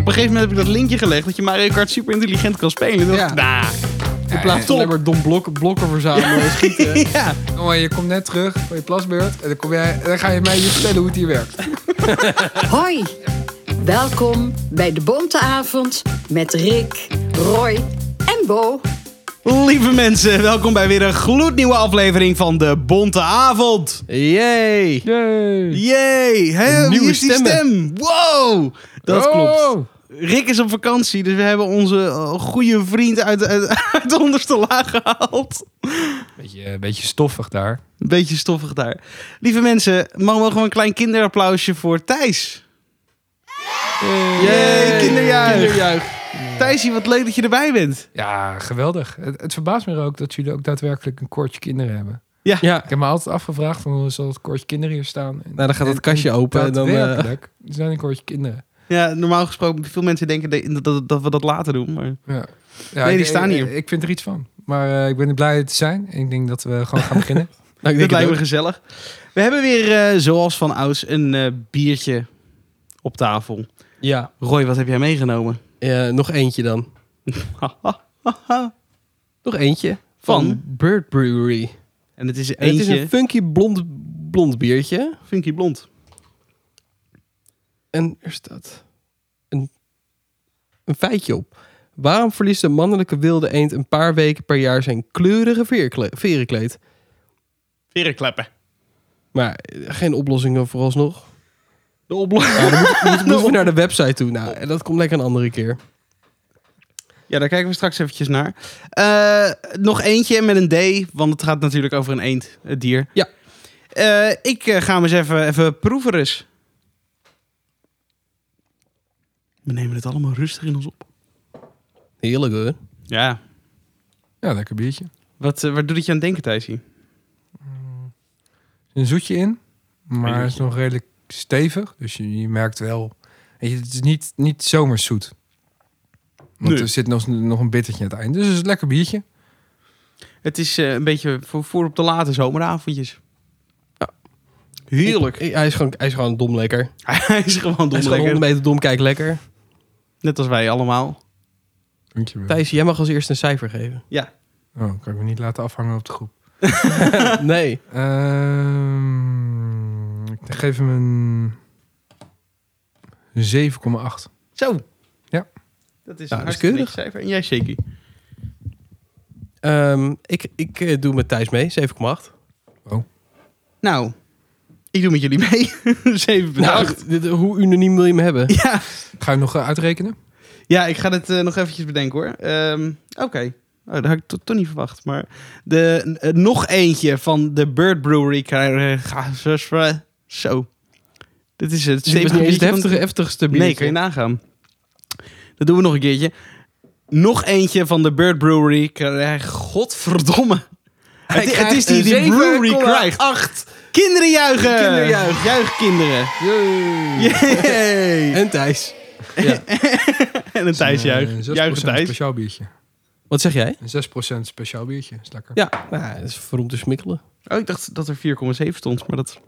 op een gegeven moment heb ik dat linkje gelegd dat je Mario Kart super intelligent kan spelen. Ja. Ja. Nah. In plaats van top. alleen maar dom blok, blokken verzamelen en schieten. ja. Oh, je komt net terug van je plasbeurt en dan, kom jij, en dan ga je mij hier vertellen hoe het hier werkt. Hoi, welkom bij de Bonte Avond met Rick, Roy en Bo. "Nou, Lieve mensen, welkom bij weer een gloednieuwe aflevering van de Bonte Avond. Yay! Yay! Hè, Nieuwe wie is die stemmen. stem? Wow! Dat Oh. klopt. Rick is op vakantie, dus we hebben onze eh, goede vriend uit, uit, uit de onderste laag gehaald. Beetje, een beetje stoffig daar. Een beetje stoffig daar. Lieve mensen, mag mogen we een klein kinderapplausje voor Thijs? Yay, kinderjuich. Thijsie, wat leuk dat je erbij bent. Ja, geweldig. Het, het verbaast me ook dat jullie ook daadwerkelijk een koortje kinderen hebben. Ja, Ik heb me altijd afgevraagd, dan zal het koortje kinderen hier staan. En- nou dan gaat en- het kastje open en dan... eh, Daadwerkelijk, er zijn een koortje kinderen. Ja, normaal gesproken, veel mensen denken dat, dat, dat we dat later doen. Maar... Ja. Nee, die ik- staan hier. Ik, ik vind er iets van. Maar eh, ik ben er blij te zijn. En ik denk dat we gewoon gaan beginnen. nou, ik Dit denk het lijkt me ook. gezellig. We hebben weer, eh, zoals van ouds, een eh, biertje op tafel. Ja, Roy, wat heb jij meegenomen? eh, nog eentje dan. Nog eentje. Van? Bird Brewery. en het is En het is eentje een funky blond, blond biertje. funky blond. En er staat een, een feitje op. Waarom verliest de mannelijke wilde eend een paar weken per jaar zijn kleurige veerkle- verenkleed? Verenkleppen. Maar eh, geen oplossingen vooralsnog. De oplossing. Nou, dan moet- moet- moeten we naar de website toe. Nou, en dat komt lekker een andere keer. Ja, daar kijken we straks eventjes naar. Eh, nog eentje met een D, want het gaat natuurlijk over een eend, het dier. Ja. Eh, ik eh, ga hem eens even, even proeven eens. We nemen het allemaal rustig in ons op. Heerlijk hoor. Ja. ja, lekker biertje. Wat, eh, waar doet het je aan denken, Thijsie? Er zit een zoetje in, maar het is zoetje. nog redelijk stevig. Dus je, je merkt wel... Weet je, het is niet, niet zomerzoet. Want Nee. er zit nog, nog een bittertje aan het eind. Dus het is een lekker biertje. Het is eh, een beetje voor, voor op de late zomeravondjes. Ja. Heerlijk. Ik- hij, is gewoon, hij is gewoon dom lekker. Hij is gewoon Hij is gewoon donderdag. 100 meter dom, kijk lekker. Net als wij allemaal. Dankjewel. Thijs, jij mag als eerste een cijfer geven. Oh, kan ik me niet laten afhangen op de groep. nee. Ehm, ik geef hem een 7,8. Zo. Ja. Nou, Dat is een Ja, dat is hartstikke keurig. netjes cijfer. En jij, Shaky? Ehm, ik, ik eh, doe met Thijs mee, 7,8. Nou, ik doe met jullie mee. 7 Nou, dit- hoe unaniem wil je me hebben? ja. Ga je nog eh, uitrekenen? ja, ik ga het eh, nog eventjes bedenken hoor. Ehm, Oké. Oh, dat had ik to- toch niet verwacht. Maar de, eh, nog eentje van de Bird Brewery. krijgen- ga- zus- eh, Zo. Dit is het. Dit is stevige niet eens biertje het van- heftige, heftigste Nee, biertje. kan je nagaan. Dat doen we nog een keertje. Nog eentje van de Bird Brewery. krijgt- Godverdomme. Hij Het, het krijgt is die een die Brewery 7,8. krijgt. Kinderen juichen. Kinderjuich. Juich kinderen. Yay! Yay. En Thijs. Ja. En een eh, Thijs juichen. Juichen Thijs. eh, speciaal biertje. Wat zeg jij? Een 6% speciaal biertje. Is lekker. Ja, nou, dat is voor om te smikkelen. Oh, ik dacht dat er 4,7 stond, maar dat...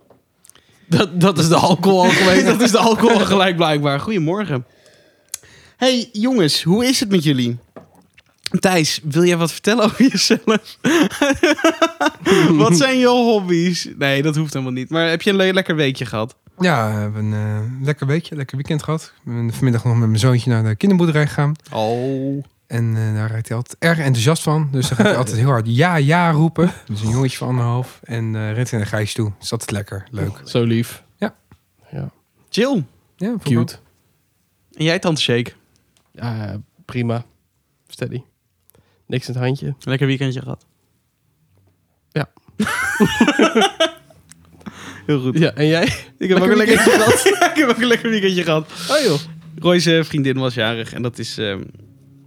Dat, dat is de alcohol al geweest. dat is de alcohol gelijk blijkbaar. Goedemorgen. Hey jongens, hoe is het met jullie? Thijs, wil jij wat vertellen over jezelf? wat zijn je hobby's? Nee, dat hoeft helemaal niet. Maar heb je een le- lekker weekje gehad? Ja, we hebben een eh, lekker weekje, lekker weekend gehad. Ik ben vanmiddag nog met mijn zoontje naar de kinderboerderij gegaan. Oh. En eh, daar raakt hij altijd erg enthousiast van. Dus dan gaat hij altijd heel hard ja, ja roepen. Dus een jongetje van anderhalf. En eh rent hij naar Gijs toe. Dus dat is lekker, leuk. Zo lief. Ja. ja. Chill. Ja, vond ik Cute. ook. En jij, Tante Shake? Ja, prima. Steady. Niks in het handje. Lekker weekendje gehad. Ja. Heel goed. Ja, en jij? Ik heb, ook een Lekker lekker ik heb ook een lekker weekendje gehad. Oh joh. Roy's eh, vriendin was jarig en dat is, ehm,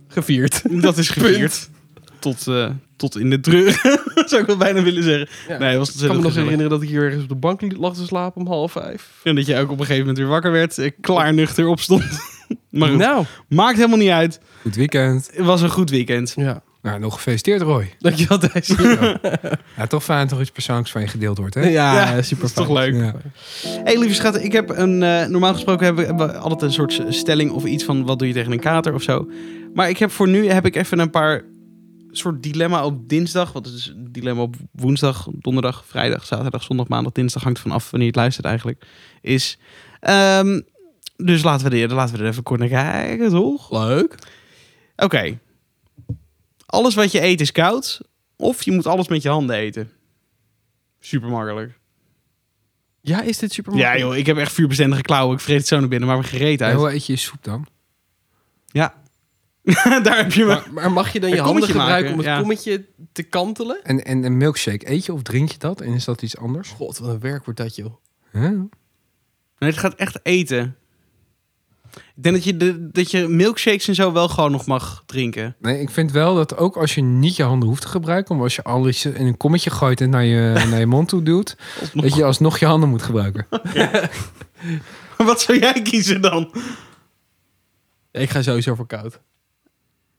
Gevierd. dat is gevierd. Tot, eh, tot in de treur, zou ik wel bijna willen zeggen. Ja. Nee, het was Ik kan ontzettend me nog gezellig. herinneren dat ik hier ergens op de bank li- lag te slapen om half vijf. En dat je ook op een gegeven moment weer wakker werd, eh, klaarnuchter opstond. maar goed, nou. maakt helemaal niet uit. Goed weekend. Het was een goed weekend. Ja. Nou, nog gefeliciteerd Roy. Dankjewel, Thijs. Ja, toch fijn dat er iets persoonlijks van je gedeeld wordt, hè? Ja, Ja, super dat is toch leuk. Ja. hey, lieve schatten, ik heb een. eh, normaal gesproken hebben we, hebben we altijd een soort stelling of iets van wat doe je tegen een kater of zo. Maar ik heb voor nu heb ik even een paar soort dilemma op dinsdag. Wat is een dilemma op woensdag, donderdag, vrijdag, zaterdag, zondag, maandag, dinsdag hangt vanaf wanneer je het luistert eigenlijk. Is. ehm, dus laten we, er, laten we er even kort naar kijken, toch? Leuk. Oké. Alles wat je eet is koud. Of je moet alles met je handen eten. Super makkelijk. Ja, is dit super Ja, joh, ik heb echt vuurbestendige klauwen. Ik vreet het zo naar binnen, maar we gereed En uit. hoe eet je je soep dan? Ja. Daar heb je me. Maar, maar mag je dan Een je handen kommetje gebruiken maken, om het ja. kommetje te kantelen? En, en een milkshake, eet je of drink je dat? En is dat iets anders? God, wat een werk wordt dat, joh. Huh? Nee, het gaat echt eten. Ik denk dat je, de, dat je milkshakes en zo wel gewoon nog mag drinken. Nee, ik vind wel dat ook als je niet je handen hoeft te gebruiken... maar als je alles in een kommetje gooit en naar je, naar je mond toe doet... dat je alsnog je handen moet gebruiken. Wat zou jij kiezen dan? Ik ga sowieso voor koud.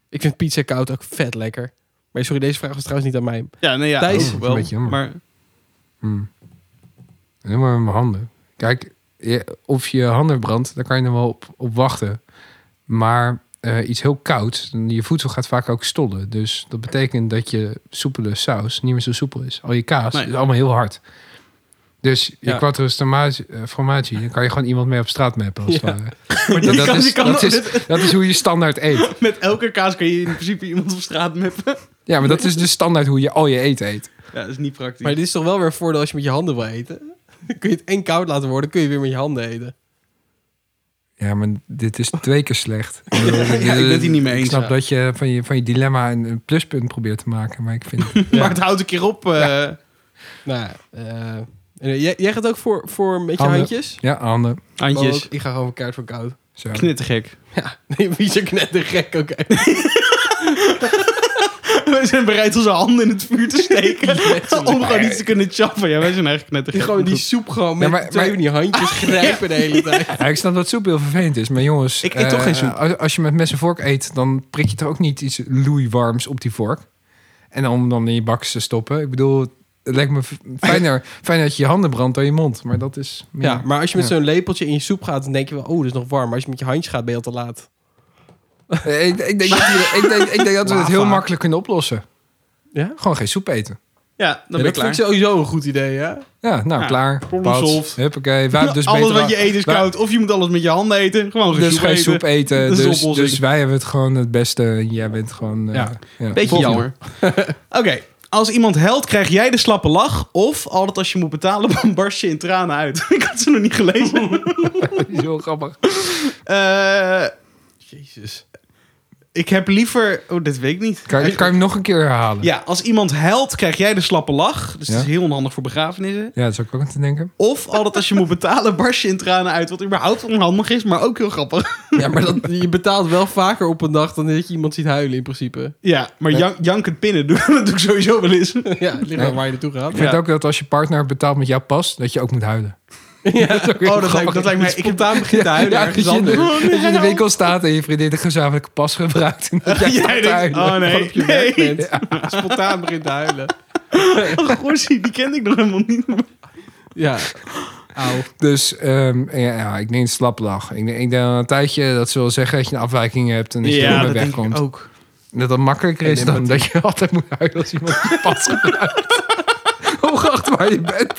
Ik vind pizza koud ook vet lekker. Maar sorry, deze vraag was trouwens niet aan mij. Ja, nee, ja. Thijs. ook Dat is een beetje jammer. maar Hmm. Doe maar met mijn handen. Kijk, je- of je handen brandt, daar kan je dan wel op, op wachten. Maar eh, iets heel kouds, je voedsel gaat vaak ook stollen. Dus dat betekent dat je soepele saus niet meer zo soepel is. Al je kaas Nee. is allemaal heel hard. Dus je Ja. quattro stamatie- eh, formaggio, daar kan je gewoon iemand mee op straat mappen. Als het Ja. ware. maar Dat, je kan- je is, kan- dat, is, dat is hoe je standaard eet. met elke kaas kan je in principe iemand op straat meppen. Ja, maar dat is dus standaard hoe je al je eten eet. Ja, dat is niet praktisch. Maar dit is toch wel weer een voordeel als je met je handen wil eten? Dan kun je het en koud laten worden, kun je weer met je handen eten. Ja, maar dit is twee keer slecht. ja, ik ben het hier niet mee eens, Ik snap ja. dat je van, je van je dilemma een, een pluspunt probeert te maken. Maar ik vind... Maar het houdt een keer op. eh. Nou, ja, eh, en jij, jij gaat ook voor, voor met je Handen. handjes? ja, handen. Handjes. Ook, ik ga gewoon voor koud voor koud. Zo. Knettergek. Ja, nee, wie zo knettergek, oké. Wij zijn bereid onze handen in het vuur te steken. om gewoon iets te kunnen chappen. Ja, wij zijn echt Die knettergek. gewoon die soep gewoon met Ja, maar- twee maar- van die handjes grijpen de hele tijd. Ja, ik snap dat soep heel vervelend is. Maar jongens, Ik eet toch eh, geen soep. Als, als je met mes en vork eet, dan prik je toch ook niet iets loeiwarms op die vork. En om dan in je bak te stoppen. Ik bedoel, het lijkt me v- fijner, fijner dat je je handen brandt dan je mond. Maar dat is... meer- Ja, maar als je met Ja. zo'n lepeltje in je soep gaat, dan denk je wel, oh, dat is nog warm. Maar als je met je handjes gaat, ben je al te laat. Eh, Ik, ik, denk dat je- ik, denk, ik denk dat we het heel Lava. makkelijk kunnen oplossen. Ja? Gewoon geen soep eten. Ja, dan Ja, ben ik dat klaar. vind ik sowieso een goed idee, hè? Ja, nou, Ja, klaar. problem Pats. solved. Huppakee. Wij hebben dus alles beter- wat je eet is wij- koud. Of je moet alles met je handen eten. Gewoon Dus geen eten. soep eten. Dat is de Dus, oplossing. dus wij hebben het gewoon het beste. en Jij bent gewoon... eh, Ja. ja. Beetje Volgende. jammer. Oké. Als iemand helpt, krijg jij de slappe lach. Of altijd als je moet betalen, dan barst je in tranen uit. ik had ze nog niet gelezen. Die is heel grappig. Eh, Jezus. ik heb liever... Oh, dit weet ik niet. Kan, je- kan je hem nog een keer herhalen? Ja, als iemand helpt, krijg jij de slappe lach. Dus Ja. dat is heel onhandig voor begrafenissen. Ja, dat zou ik ook aan te denken. Of altijd als je moet betalen, barst je in tranen uit. Wat überhaupt onhandig is, maar ook heel grappig. Ja, maar dat, je betaalt wel vaker op een dag dan dat je iemand ziet huilen, in principe. Ja, maar jank, jankend pinnen, doe, dat doe ik sowieso wel eens. Ja, het ligt Ja. aan waar je naartoe gaat. Ik vind Ja. ook dat als je partner betaalt met jouw pas, dat je ook moet huilen. Ja. Oh, dat lijkt, dat lijkt mij... Ik heb daar begint te huilen Ja, ergens dat je- anders. Oh, Dat je in de winkel staat en je vriendin de gezamenlijke pas gebruikt. En dat jij Jij gaat denkt, huilen. oh nee, je werk nee. bent. Spontaan begint te huilen. Oh, Gorsie, die kende ik nog helemaal niet. Ja. Auw. Dus ehm, ja, ja, ik denk slaplach. Ik denk, ik denk na een tijdje dat ze wel zeggen dat je een afwijking hebt en dat je er weer wegkomt. ook. Dat dat makkelijker is dan dat je altijd moet huilen als iemand je pas gebruikt. Ongeacht waar je bent.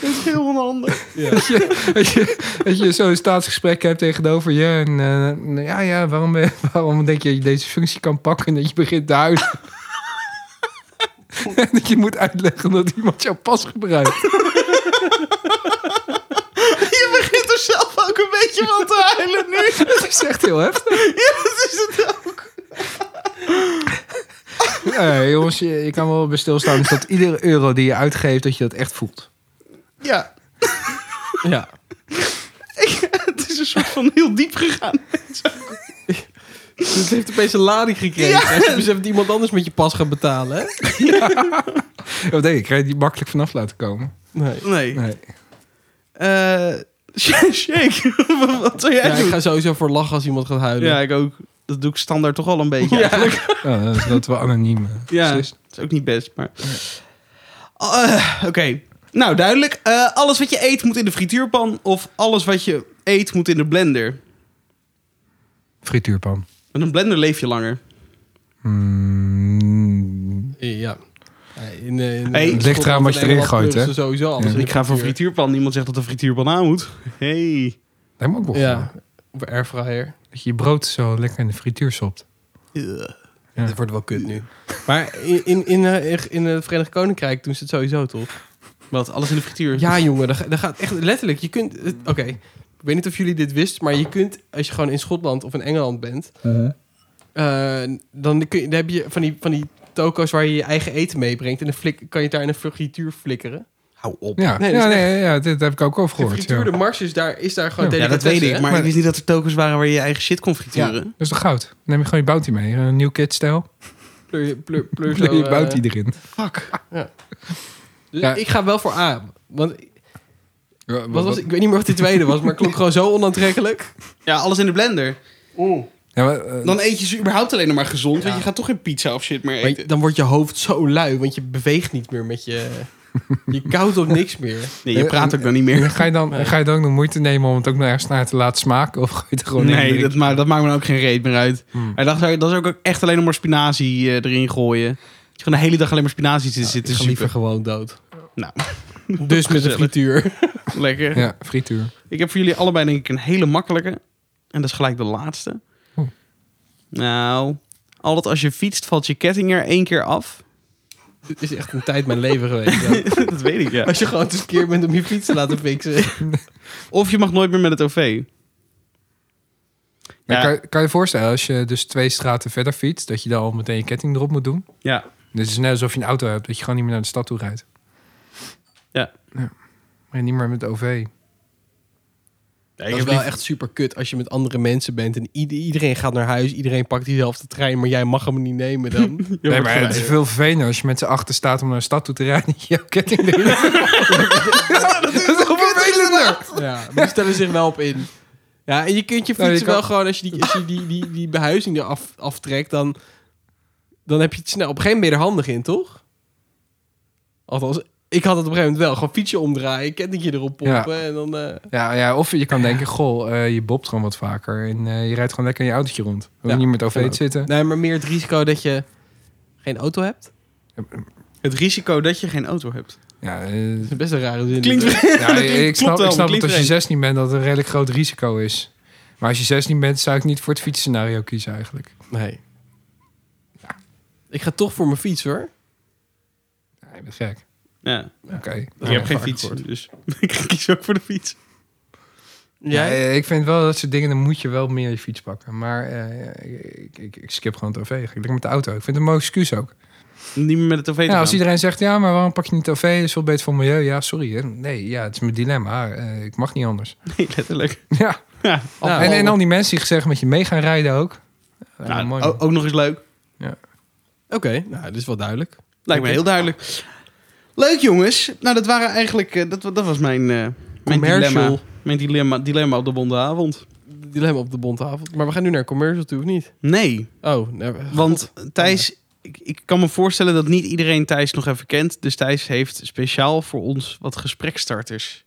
Dat is heel onhandig. Dat je, dat je, dat je zo'n staatsgesprek hebt tegenover je. En eh, ja, ja waarom, ben- waarom denk je dat je deze functie kan pakken en dat je begint te huilen? En dat je moet uitleggen dat iemand jouw pas gebruikt. Je begint er zelf ook een beetje van te huilen nu. Dat is echt heel heftig. Ja, dat is het ook. Nee, jongens, je, je kan wel bij stilstaan dus dat iedere euro die je uitgeeft, dat je dat echt voelt. Ja, Ja. het is een soort van heel diep gegaan. Dus het heeft opeens een lading gekregen. Als je beseft dat iemand anders met je pas gaat betalen, hè? Of nee, ik ga je die makkelijk vanaf laten komen. Nee. Nee. Nee. Eh, shake, wat zou jij Ja, ik doen? ga sowieso voor lachen als iemand gaat huilen. Ja, ik ook. Dat doe ik standaard toch al een beetje. eigenlijk. Ja, dat Oh, is dat wel anoniem. eh, Ja, beslist. dat is ook niet best, maar... Eh, Oké, nou duidelijk. Eh, alles wat je eet moet in de frituurpan... of alles wat je eet moet in de blender. Frituurpan. Met een blender leef je langer. Mm, Ja. In, eh, in, Hey, in- het ligt eraan wat je erin Nederland gooit, hè? kleuren ze Sowieso alles. in Dus Ik de ga voor frituur. frituurpan. Niemand zegt dat de frituurpan aan moet. Hey. lijkt me ook wel. Ja. goed. Of airfryer. Dat je je brood zo lekker in de frituur sopt. Ja. Dat wordt wel kut nu. Maar in, in, in, eh, in het Verenigd Koninkrijk doen ze het sowieso toch? Wat, alles in de frituur? Ja, jongen, dat, ga- dat gaat echt letterlijk. Je kunt. het- Oké, ik weet niet of jullie dit wisten, maar je kunt, als je gewoon in Schotland of in Engeland bent, Uh-huh. eh, dan, kun je, dan heb je van die, van die toko's waar je je eigen eten meebrengt. En dan flik, kan je het daar in een frituur flikkeren. Hou op. Ja, Nee, dus nee, dat ja, is nee, ja, dit heb ik ook over gehoord. Ja. Gefrituurde mars is daar, is daar gewoon Ja. Ja, dat weet ik. Maar Maar- ik wist niet dat er tokens waren waar je je eigen shit kon frituren. Dat is toch goud? Neem je gewoon je bounty mee. Een nieuw kid-stijl. Pleur, je- pleur, pleur zo, Doe je eh, bounty erin. Fuck. dus Ja. Ik ga wel voor A. Want Ja, wat was, ik weet niet meer wat die tweede was, maar het klonk gewoon zo onaantrekkelijk. Ja, alles in de blender. Ja, maar, eh, Dan eet je ze überhaupt alleen nog maar gezond. Ja. Want je gaat toch geen pizza of shit meer Maar eten. je- dan wordt je hoofd zo lui, want je beweegt niet meer met je. Je koudt op niks meer. Nee, je eh, praat ook dan niet En meer. ga, je dan, ga je dan ook de moeite nemen om het ook nog ergens naar te laten smaken? Of ga je het er gewoon in Nee, drinken? dat, ma dat maakt me dan ook geen reet meer uit. Hmm. Hij dacht, dat is ook echt alleen nog maar spinazie eh, erin gooien. Dat je Gewoon de hele dag alleen maar spinazie zit Het zitten. is Super. liever gewoon dood. Nou. Dus met de Gezellig. frituur. Lekker. Ja, frituur. Ik heb voor jullie allebei denk ik een hele makkelijke. En dat is gelijk de laatste. Oh. Nou, altijd als je fietst valt je ketting er één keer af. Het is echt een tijd mijn leven geweest. ja. dat weet ik, ja. Als je gewoon te skeer bent om je fiets te laten fixen. Of je mag nooit meer met het OV. Maar Ja. Kan, je- kan je je voorstellen, als je dus twee straten verder fietst, dat je dan al meteen je ketting erop moet doen? Ja. Dus het is net alsof je een auto hebt, dat je gewoon niet meer naar de stad toe rijdt. Ja. Maar niet meer met de OV. Ja, Dat is wel echt super kut als je met andere mensen bent. En ieder- iedereen gaat naar huis. Iedereen pakt diezelfde trein. Maar jij mag hem niet nemen dan. nee, maar het is veel vervelender als je met z'n achter staat om naar de stad toe te rijden. en Jouw ketting erin. dat is toch vervelender? Ja, maar die stellen zich wel op in. Ja, en je kunt je Nou, je fietsen wel kan- gewoon... Als je die, als je die, die, die behuizing eraf aftrekt, dan, dan heb je het snel... Op een gegeven moment ben je er handig in, toch? Althans, ik had het op een gegeven moment wel. Gewoon fietsje omdraaien, kettingje erop Ja. pompen en dan... eh, Ja, ja, of je kan denken, goh, eh, je bobt gewoon wat vaker. En eh, je rijdt gewoon lekker in je autootje rond. Hoef je Ja, niet met de kan OV ook. te zitten. Nee, maar meer het risico dat je geen auto hebt. Het risico dat je geen auto hebt. Ja, eh, Dat is best een rare zin. Klinkt Ja, dat klinkt- ik snap, klopt wel, ik snap dat klinkt als je vreemd. 16 bent dat het een redelijk groot risico is. Maar als je 16 bent, zou ik niet voor het fietsscenario kiezen eigenlijk. Nee. Ik ga toch voor mijn fiets, hoor. Nee, dat is gek. Ja. Oké. Ik heb geen fiets, dus ik kies ook voor de fiets. Ja, eh, Jij? ik vind wel dat soort dingen, dan moet je wel meer je fiets pakken. Maar eh, ik, ik, ik skip gewoon het OV. Ik ga lekker met de auto. Ik vind het een mooi excuus ook. Niet meer met het OV te Ja, als gaan. iedereen zegt, ja, maar waarom pak je niet het OV? Dat is veel beter voor het milieu. Ja, sorry. Hè. Nee, ja, het is mijn dilemma. Eh, ik mag niet anders. Nee, letterlijk. Ja. Ja. Nou, en, en al die mensen die gezegd met je mee gaan rijden ook. Ja, Nou, mooi. ook, ook nog eens leuk. Oké, nou, dat is wel duidelijk. Lijkt me heel duidelijk. Leuk jongens. Nou, dat waren eigenlijk... eh, dat, dat was mijn, eh, mijn Commercial. dilemma. Mijn dilemma, dilemma op de bondavond. Dilemma op de bontafel. Maar we gaan nu naar commercial toe, of niet? Nee, Oh, nee, God. want Thijs... Ik, ik kan me voorstellen dat niet iedereen Thijs nog even kent. Dus Thijs heeft speciaal voor ons wat gesprekstarters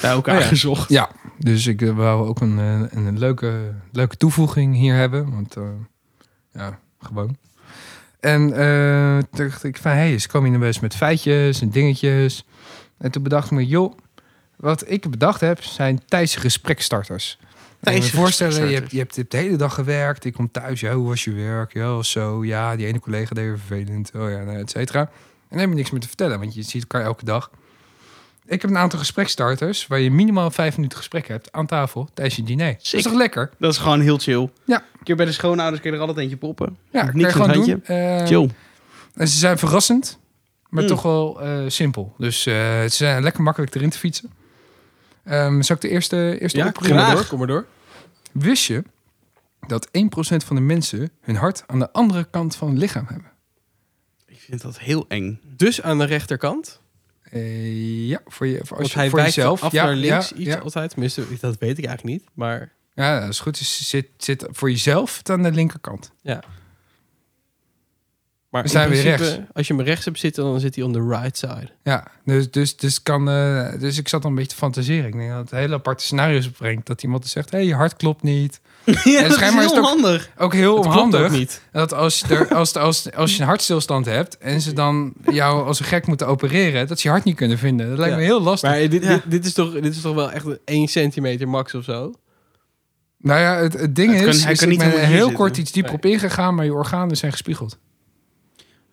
bij elkaar Oh ja. gezocht. Ja, dus ik eh, wou ook een, eh, een, een leuke, leuke toevoeging hier hebben. Want eh, ja, gewoon. En eh, toen dacht ik van, hé, hey, ze komen hier nou best met feitjes en dingetjes. En toen bedacht ik me, joh, wat ik bedacht heb, zijn Thijs gesprekstarters. Thijs' Thijs je voorstellen, je hebt, gesprekstarters. je hebt de hele dag gewerkt. Ik kom thuis, ja, hoe was je werk? Ja, was zo, ja, die ene collega deed weer vervelend. Oh ja, nou, et cetera. En dan heb je niks meer te vertellen, want je ziet elkaar elke dag. Ik heb een aantal gesprekstarters waar je minimaal vijf minuten gesprek hebt aan tafel tijdens je diner. Dat Sick. is toch lekker? Dat is gewoon heel chill. Ja. Een keer bij de schoonouders kun je er altijd eentje poppen. Ja, Niks kan je in het gewoon doen. handje. Eh, Chill. en ze zijn verrassend, maar Mm. toch wel eh, simpel. Dus eh, ze zijn lekker makkelijk erin te fietsen. Ehm zal ik de eerste, eerste Ja, oproep kom maar graag. door, kom maar door. Wist je dat 1% van de mensen hun hart aan de andere kant van het lichaam hebben? Ik vind dat heel eng. Dus aan de rechterkant. Eh, ja, voor, je, voor, als Want je, hij voor wijkt jezelf. af ja, naar links ja, iets ja. altijd. Tenminste, dat weet ik eigenlijk niet. Maar Ja, als het goed is, zit, zit voor jezelf het aan de linkerkant. Maar We zijn in weer principe, als je hem rechts hebt zitten, dan zit hij on the right side. Ja, dus, dus, dus, kan, eh, dus ik zat al een beetje te fantaseren. Ik denk dat het hele aparte scenario's brengt. Dat iemand dus zegt, hé, je hart klopt niet. Ja, dat is schijnbaar is heel het ook- handig. Ook heel Dat klopt ook onhandig. niet. Dat als je, er, als, als, als je een hartstilstand hebt en ze dan jou als een gek moeten opereren, dat ze je hart niet kunnen vinden. Dat lijkt Ja. me heel lastig. Maar dit, Ja. dit, dit is toch, dit is toch wel echt 1 centimeter max of zo? nou ja, het, het ding Het kan- is, hij is kan ik niet ben helemaal heel hier kort zitten. iets dieper op ingegaan, maar je organen zijn gespiegeld.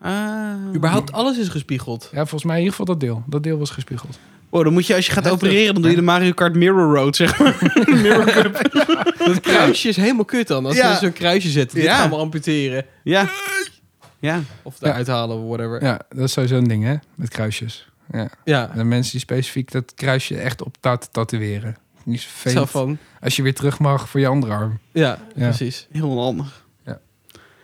Ah. Überhaupt alles is gespiegeld. Ja, volgens mij in ieder geval dat deel. Dat deel was gespiegeld. Wow, Oh, dan moet je als je gaat Heftig. opereren, dan doe je de Mario Kart Mirror Road, zeg maar. Dat kruisje is helemaal kut dan. Als Ja. ze zo'n kruisje zetten, dit Ja. gaan we amputeren. Ja. Ja. Of eruit halen of whatever. Ja, dat is sowieso een ding, hè? Met kruisjes. Ja. Ja. De mensen die specifiek dat kruisje echt op tat tatoeëren. Niet zo Zo vervelend. van, Als je weer terug mag voor je andere arm. ja, Ja. precies. Heel handig. Ja.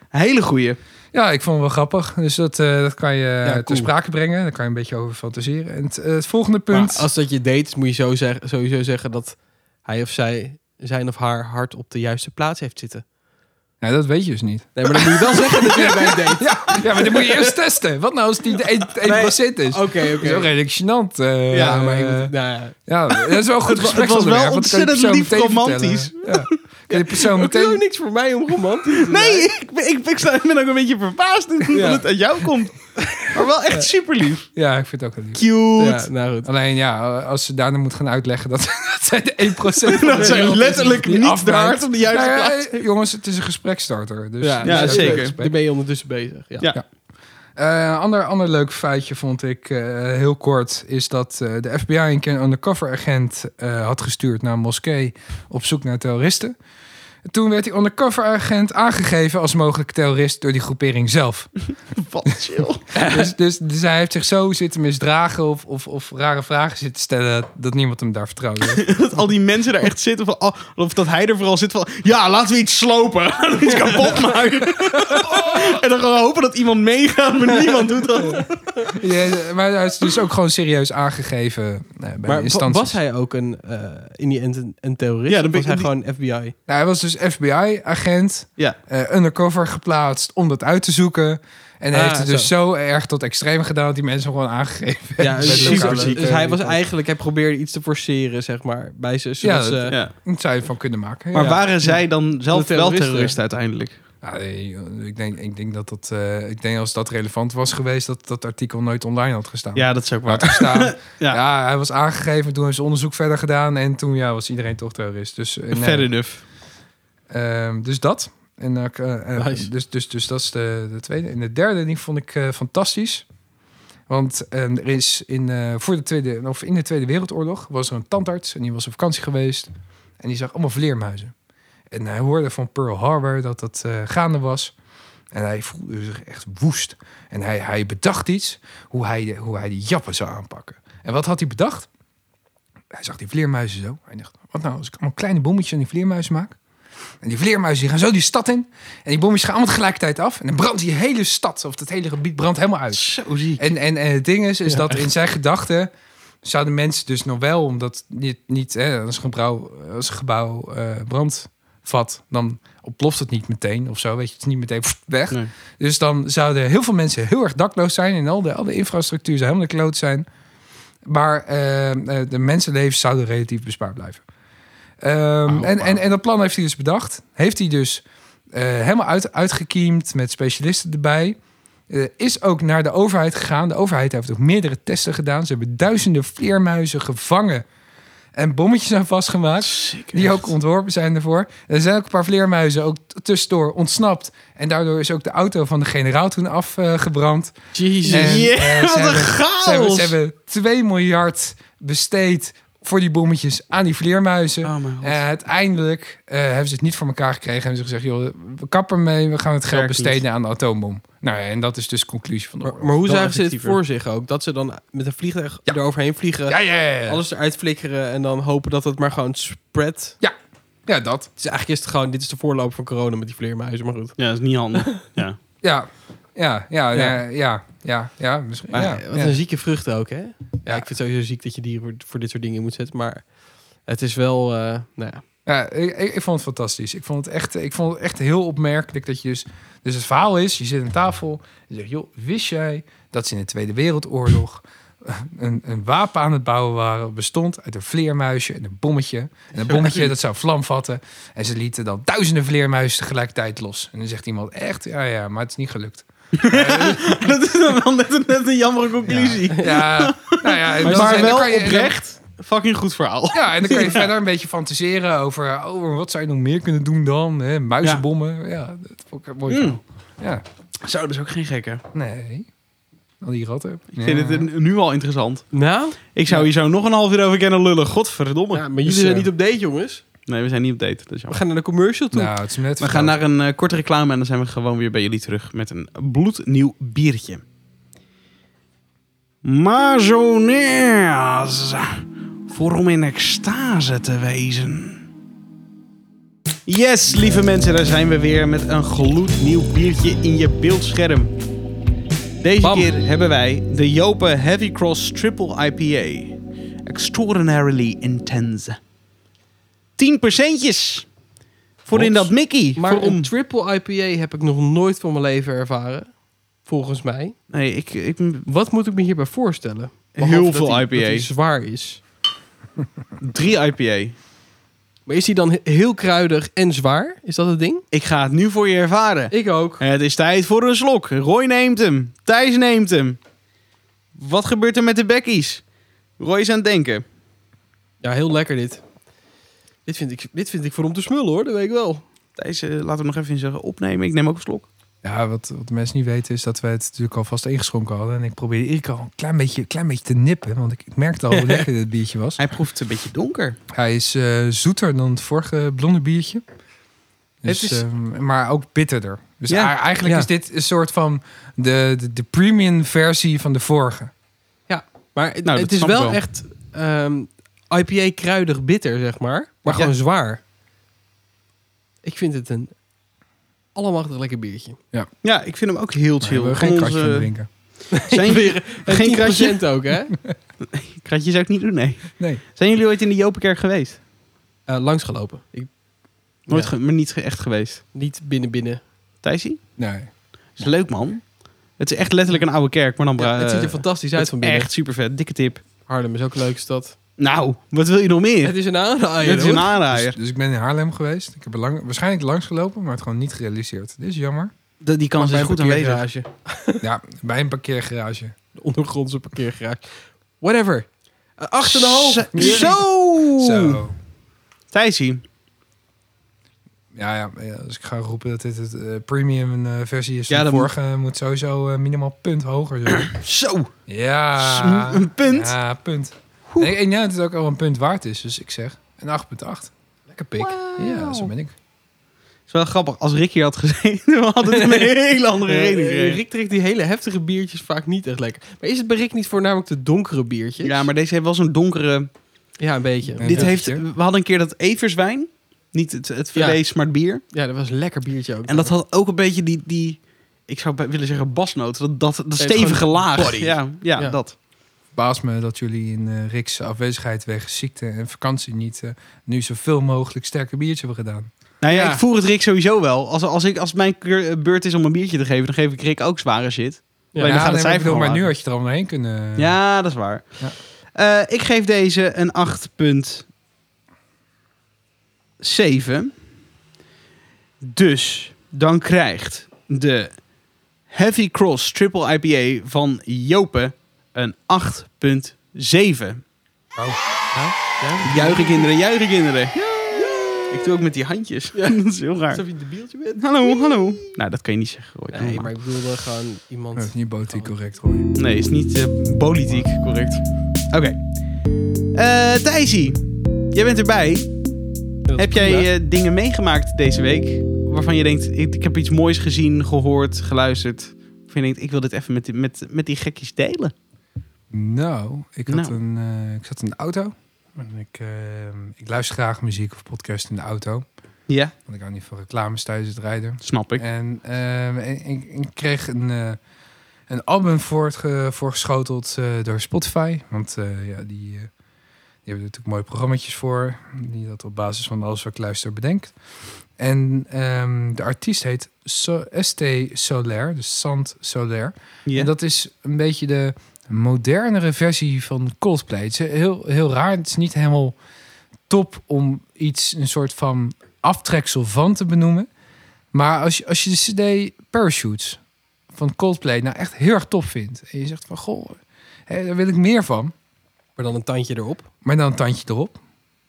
Hele goeie. Ja, ik vond het wel grappig. Dus dat, eh, dat kan je eh, cool. ter sprake brengen. Daar kan je een beetje over fantaseren. En het, eh, het volgende punt. Maar als dat je date, moet je zo zeg- sowieso zeggen dat hij of zij zijn of haar hart op de juiste plaats heeft zitten. Ja, dat weet je dus niet. Nee, maar dat moet je wel zeggen natuurlijk bij een date. Ja, ja maar dan moet je eerst testen. Wat nou als die 1%, 1% is? Oh, Oké, oké. Dat is wel redelijk gênant. eh, Ja, maar ik, eh, moet- nou ja. ja, dat is wel een goed Het wa- gesprek. het was wel ontzettend lief romantisch. Ja. Kan je persoon Het is ook meteen... niks voor mij om romantisch te Nee, ik, ben- ik, ben- ik sta- ik ben ook een beetje verbaasd dat Ja. het uit jou komt. Maar wel echt super lief. Ja, ik vind het ook wel lief. Cute. Ja, nou goed. Alleen ja, als ze daarna moet gaan uitleggen dat, dat zij de 1% van de Dat zijn wereld letterlijk die niet de afwijkt. hart op de juiste Nou ja, plaats. eh, jongens, het is een gesprekstarter. Dus Ja, dus ja, het is zeker. een Daar gesprek. ben je ondertussen bezig. Ja. Ja. Eh, ander, ander leuk feitje vond ik eh, heel kort, is dat eh, de FBI een keer een undercover agent eh, had gestuurd naar een moskee op zoek naar terroristen. Toen werd die undercover agent aangegeven als mogelijke terrorist door die groepering zelf. Wat chill. dus, dus, dus hij heeft zich zo zitten misdragen of, of, of rare vragen zitten stellen dat niemand hem daar vertrouwde. dat al die mensen daar echt zitten. Van, oh, of dat hij er vooral zit van... Ja, laten we iets slopen. Laten we iets kapot maken. en dan gewoon hopen dat iemand meegaat. Maar niemand doet dat. Ja, maar hij is dus ook gewoon serieus aangegeven eh, bij de Maar wa- instanties. was hij ook een, eh, in die end een, een terrorist? Ja, Ja, dan dan ben was ik- hij die- gewoon FBI. Nou, hij was dus FBI-agent, Ja. eh, undercover geplaatst om dat uit te zoeken. En hij Ah, heeft het dus zo. erg tot extreem gedaan dat die mensen hem gewoon aangegeven Ja, met hebben. dus, lokale- dus hij was eigenlijk, hij probeerde iets te forceren, zeg maar, bij ze. Zodat Ja, ze- dat- Daar zou je van kunnen maken. Maar ja. waren zij dan zelf De wel terroristen. terroristen uiteindelijk? Nou, eh, ik, denk, ik denk dat dat... eh, ik denk als dat relevant was geweest, dat dat artikel nooit online had gestaan. Ja, dat is ook waar. Had gestaan. Ja. ja. hij was aangegeven, toen hebben ze onderzoek verder gedaan. En toen ja, was iedereen toch terrorist. Dus, eh, nee. Fair enough. Ehm, dus dat. En, eh, k- eh, eh, Nice. dus, dus, dus dat is de, de tweede. En de derde, die vond ik eh, fantastisch. Want eh, er is in, eh, voor de tweede, of in de Tweede Wereldoorlog was er een tandarts en die was op vakantie geweest. En die zag allemaal vleermuizen. En hij hoorde van Pearl Harbor dat dat eh, gaande was. En hij voelde zich echt woest. En hij, hij bedacht iets hoe hij, de- hoe hij die jappen zou aanpakken. En wat had hij bedacht? Hij zag die vleermuizen zo. Hij dacht, wat nou als ik allemaal kleine bommetjes aan die vleermuizen maak? En die vleermuizen die gaan zo die stad in. En die bommetjes gaan allemaal tegelijkertijd af. En dan brandt die hele stad, of dat hele gebied, brandt helemaal uit. Zo ziek. En, en, en het ding is, is dat in zijn gedachten zouden mensen dus nog wel, omdat niet, niet hè, als een gebouw, als een gebouw eh, brand vat, dan ontploft het niet meteen of zo, weet je, het is niet meteen pff, weg. Nee. Dus dan zouden heel veel mensen heel erg dakloos zijn en al de, al de infrastructuur zou helemaal de kloot zijn. Maar eh, eh, de mensenlevens zouden relatief bespaard blijven. Ehm, en, en, en dat plan heeft hij dus bedacht. Heeft hij dus eh, helemaal uit, uitgekiemd met specialisten erbij. Eh, is ook naar de overheid gegaan. De overheid heeft ook meerdere testen gedaan. Ze hebben duizenden vleermuizen gevangen en bommetjes aan vastgemaakt. Die ook ontworpen zijn daarvoor. Er zijn ook een paar vleermuizen ook t- tussendoor ontsnapt. En daardoor is ook de auto van de generaal toen afgebrand. Jezus. En, Yeah, eh, wat ze een hebben- Ze hebben, chaos. ze hebben 2 miljard besteed voor die bommetjes aan die vleermuizen. Oh mijn god. Eh, uiteindelijk eh, hebben ze het niet voor elkaar gekregen. Hebben ze gezegd, joh, we kappen mee. We gaan het geld Werkt niet. besteden aan de atoombom. Nou ja, en dat is dus de conclusie van de Maar, oorlog. maar hoe Wel zagen ze dit effectiever. voor zich ook? Dat ze dan met een vliegtuig Ja. eroverheen vliegen, Ja, ja, ja, ja. alles eruit flikkeren en dan hopen dat het maar gewoon spread. Ja, dat. Het is eigenlijk is het gewoon, dit is de voorloper van corona met die vleermuizen, maar goed. Ja, dat is niet handig. ja. Ja, ja, ja, Ja. ja, ja, ja, ja, misschien. Maar ja, wat ja. een zieke vrucht ook, hè? Ja, ik Ja. vind het sowieso ziek dat je die voor, voor dit soort dingen in moet zetten, maar het is wel, eh, nou ja. Ja, ik, ik, ik vond het fantastisch. Ik vond het, echt, ik vond het echt heel opmerkelijk dat je dus... Dus het verhaal is, je zit aan tafel en je zegt... joh, wist jij dat ze in de Tweede Wereldoorlog... Een, een wapen aan het bouwen waren bestond uit een vleermuisje en een bommetje. En een bommetje dat zou vlam vatten. En ze lieten dan duizenden vleermuizen tegelijkertijd los. En dan zegt iemand echt, ja ja, maar het is niet gelukt. dat is dan wel net, een- net een jammere conclusie. Ja, nou ja, en Maar, dan- en dan wel kan je- en dan- oprecht, fucking goed verhaal. Ja, en dan kun je verder een beetje fantaseren over... oh, wat zou je nog meer kunnen doen dan? Hè? Muizenbommen. Ja, dat vond ik een mooi Mm. verhaal. Ja, Zo, dus ook geen gekke. nee. Al die ratten. Ik vind het een- nu al interessant. Nou? Ik zou hier zo nog een half uur over kennen lullen. Godverdomme. Ja, maar jullie Dus, zijn eh, niet op date, jongens. Nee, we zijn niet op date. Dat is We jammer. gaan naar de commercial toe. Nou, het is net We gaan naar een eh, korte reclame en dan zijn we gewoon weer bij jullie terug met een bloednieuw biertje. Mazonaise. Voor om in extase te wezen. Yes, lieve mensen, daar zijn we weer met een gloednieuw biertje in je beeldscherm. Deze Bam. keer hebben wij de Jopen Heavy Cross Triple IPA. Extraordinarily Intense. 10 procentjes. Voor in Hops. dat Mickey. Maar voor om- een triple IPA heb ik nog nooit van mijn leven ervaren. Volgens mij. Nee, ik, ik, Wat moet ik me hierbij voorstellen? Heel dat veel hij- IPA. Dat hij zwaar is. drie IPA. Maar is hij dan he- heel kruidig en zwaar? Is dat het ding? Ik ga het nu voor je ervaren. Ik ook. Het is tijd voor een slok. Roy neemt hem. Thijs neemt hem. Wat gebeurt er met de bekkies? Roy is aan het denken. Ja, heel lekker dit. Dit vind ik, dit vind ik voor om te smullen hoor, dat weet ik wel. Thijs, eh, laten we nog even in zeggen opnemen. Ik neem ook een slok. Ja, wat, wat de mensen niet weten is dat wij het natuurlijk alvast ingeschonken hadden. En ik probeerde Erik al een klein beetje, klein beetje te nippen. Want ik, ik merkte al hoe lekker dit biertje was. Hij proeft een beetje donker. Hij is eh, zoeter dan het vorige blonde biertje. Dus, Het is- ehm, maar ook bitterder. Dus Ja, a- eigenlijk ja. is dit een soort van de, de, de premium versie van de vorige. Maar het, Nou, het dat is snap ik wel, wel. echt ehm, IPA kruidig bitter, zeg maar. Maar Ja. gewoon zwaar. Ik vind het een allemachtig lekker biertje. Ja, ik vind hem ook heel eh, Maar chill. we hebben geen Onze- kratje aan het drinken. Zijn jullie... En Geen 10% kratje? ook, hè? Kratje zou ik niet doen, nee. Nee. Zijn jullie ooit in de Jopenkerk geweest? Eh, langsgelopen. Ik, Nooit, Ja. ge- maar niet ge- echt geweest. niet binnen binnen. Thijsie? Nee. Is leuk, man. Het is echt letterlijk een oude kerk, maar dan... Ja, het ziet er eh, fantastisch uit het van is binnen. Echt super vet. Dikke tip. Haarlem is ook een leuke stad. Nou, wat wil je nog meer? Het is een aanraaier. Dit is een hoor. aanraaier. Dus, dus ik ben in Haarlem geweest. Ik heb er lang, waarschijnlijk langs gelopen, maar het gewoon niet gerealiseerd. Dit is jammer. Dat- Dus, die kans Maar is bij goed een aanwezig. parkeergarage. ja, bij een parkeergarage. De ondergrondse parkeergarage. Whatever. Eh, Acht en een half. Zo! Zo. Zo. Thijsie, Ja, ja, ja, als ik ga roepen dat dit het eh, premium eh, versie is Ja, van de dan vorige, moet sowieso eh, minimaal punt hoger zijn. zo! Ah. ja. Een punt? Ja, punt. Nee, ik denk dat het ook al een punt waard is, dus ik zeg een 8,8. Lekker pik. Ja, zo ben ik. is wel grappig. Als Rick hier had gezeten, we hadden het een hele andere reden Eh, gekregen. Rick drinkt die hele heftige biertjes vaak niet echt lekker. Maar is het bij Rick niet voornamelijk de donkere biertjes? Ja, maar deze heeft wel zo'n donkere... Ja, een beetje. Nee. dit dat heeft, is we hadden een keer dat everswijn. Niet het, het vlees, maar het bier. Ja, dat was een lekker biertje ook. En dat had ook een beetje die... die ik zou bij- willen zeggen basnoot. Dat, dat, dat Heeft stevige gewoon laag. body. Ja, ja, Ja. dat. Baas me dat jullie in eh, Riks afwezigheid wegens ziekte en vakantie niet eh, nu zoveel mogelijk sterke biertje hebben gedaan. Nou ja, Ja. ik voer het Rick sowieso wel. Als, als, ik, als het mijn keur- beurt is om een biertje te geven, dan geef ik Rick ook zware shit. Ja. Alleen dan gaat het nee, maar ik cijfer bedoel, gewoon maar lager. nu had je er allemaal heen kunnen. Ja, dat is waar. Ja. Eh, ik geef deze een 8.7. Dus dan krijgt de Heavy Cross Triple IPA van Jopen een 8.7. Oh. Ja? Juichen kinderen, juichen kinderen. Ik doe ook met die handjes. dat is heel raar. Alsof je een debieltje bent. Hallo, hallo. Nou, dat kan je niet zeggen. Roy. Nee, maar ik bedoelde gewoon iemand... Dat is niet politiek correct hoor. Nee, is niet eh, politiek correct. Oké. Eh Thijsie, jij bent erbij. Dat Heb is prima. jij eh, dingen meegemaakt deze week waarvan je denkt, ik, ik heb iets moois gezien, gehoord, geluisterd? Of je denkt, ik wil dit even met die, met, met die gekkies delen? Nou, ik, had Nou. Een, eh, ik zat in de auto. En ik, eh, ik luister graag muziek of podcast in de auto. Ja, Want ik hou niet van reclames tijdens het rijden. snap ik. En ehm, en- en- en ik kreeg een, eh, een album voortge- voorgeschoteld eh, door Spotify. Want eh, ja, die, eh, hebben natuurlijk mooie programma's voor, die dat op basis van alles wat ik luister bedenkt. En ehm, de artiest heet So- ST Solaire, dus Sant Solaire. Ja. En dat is een beetje de modernere versie van Coldplay. Het is heel, heel raar. Het is niet helemaal top om iets, een soort van aftreksel van te benoemen. Maar als je, als je de CD Parachutes van Coldplay nou echt heel erg top vindt. En je zegt van, goh, hè, daar wil ik meer van. Maar dan een tandje erop. Maar dan een tandje erop.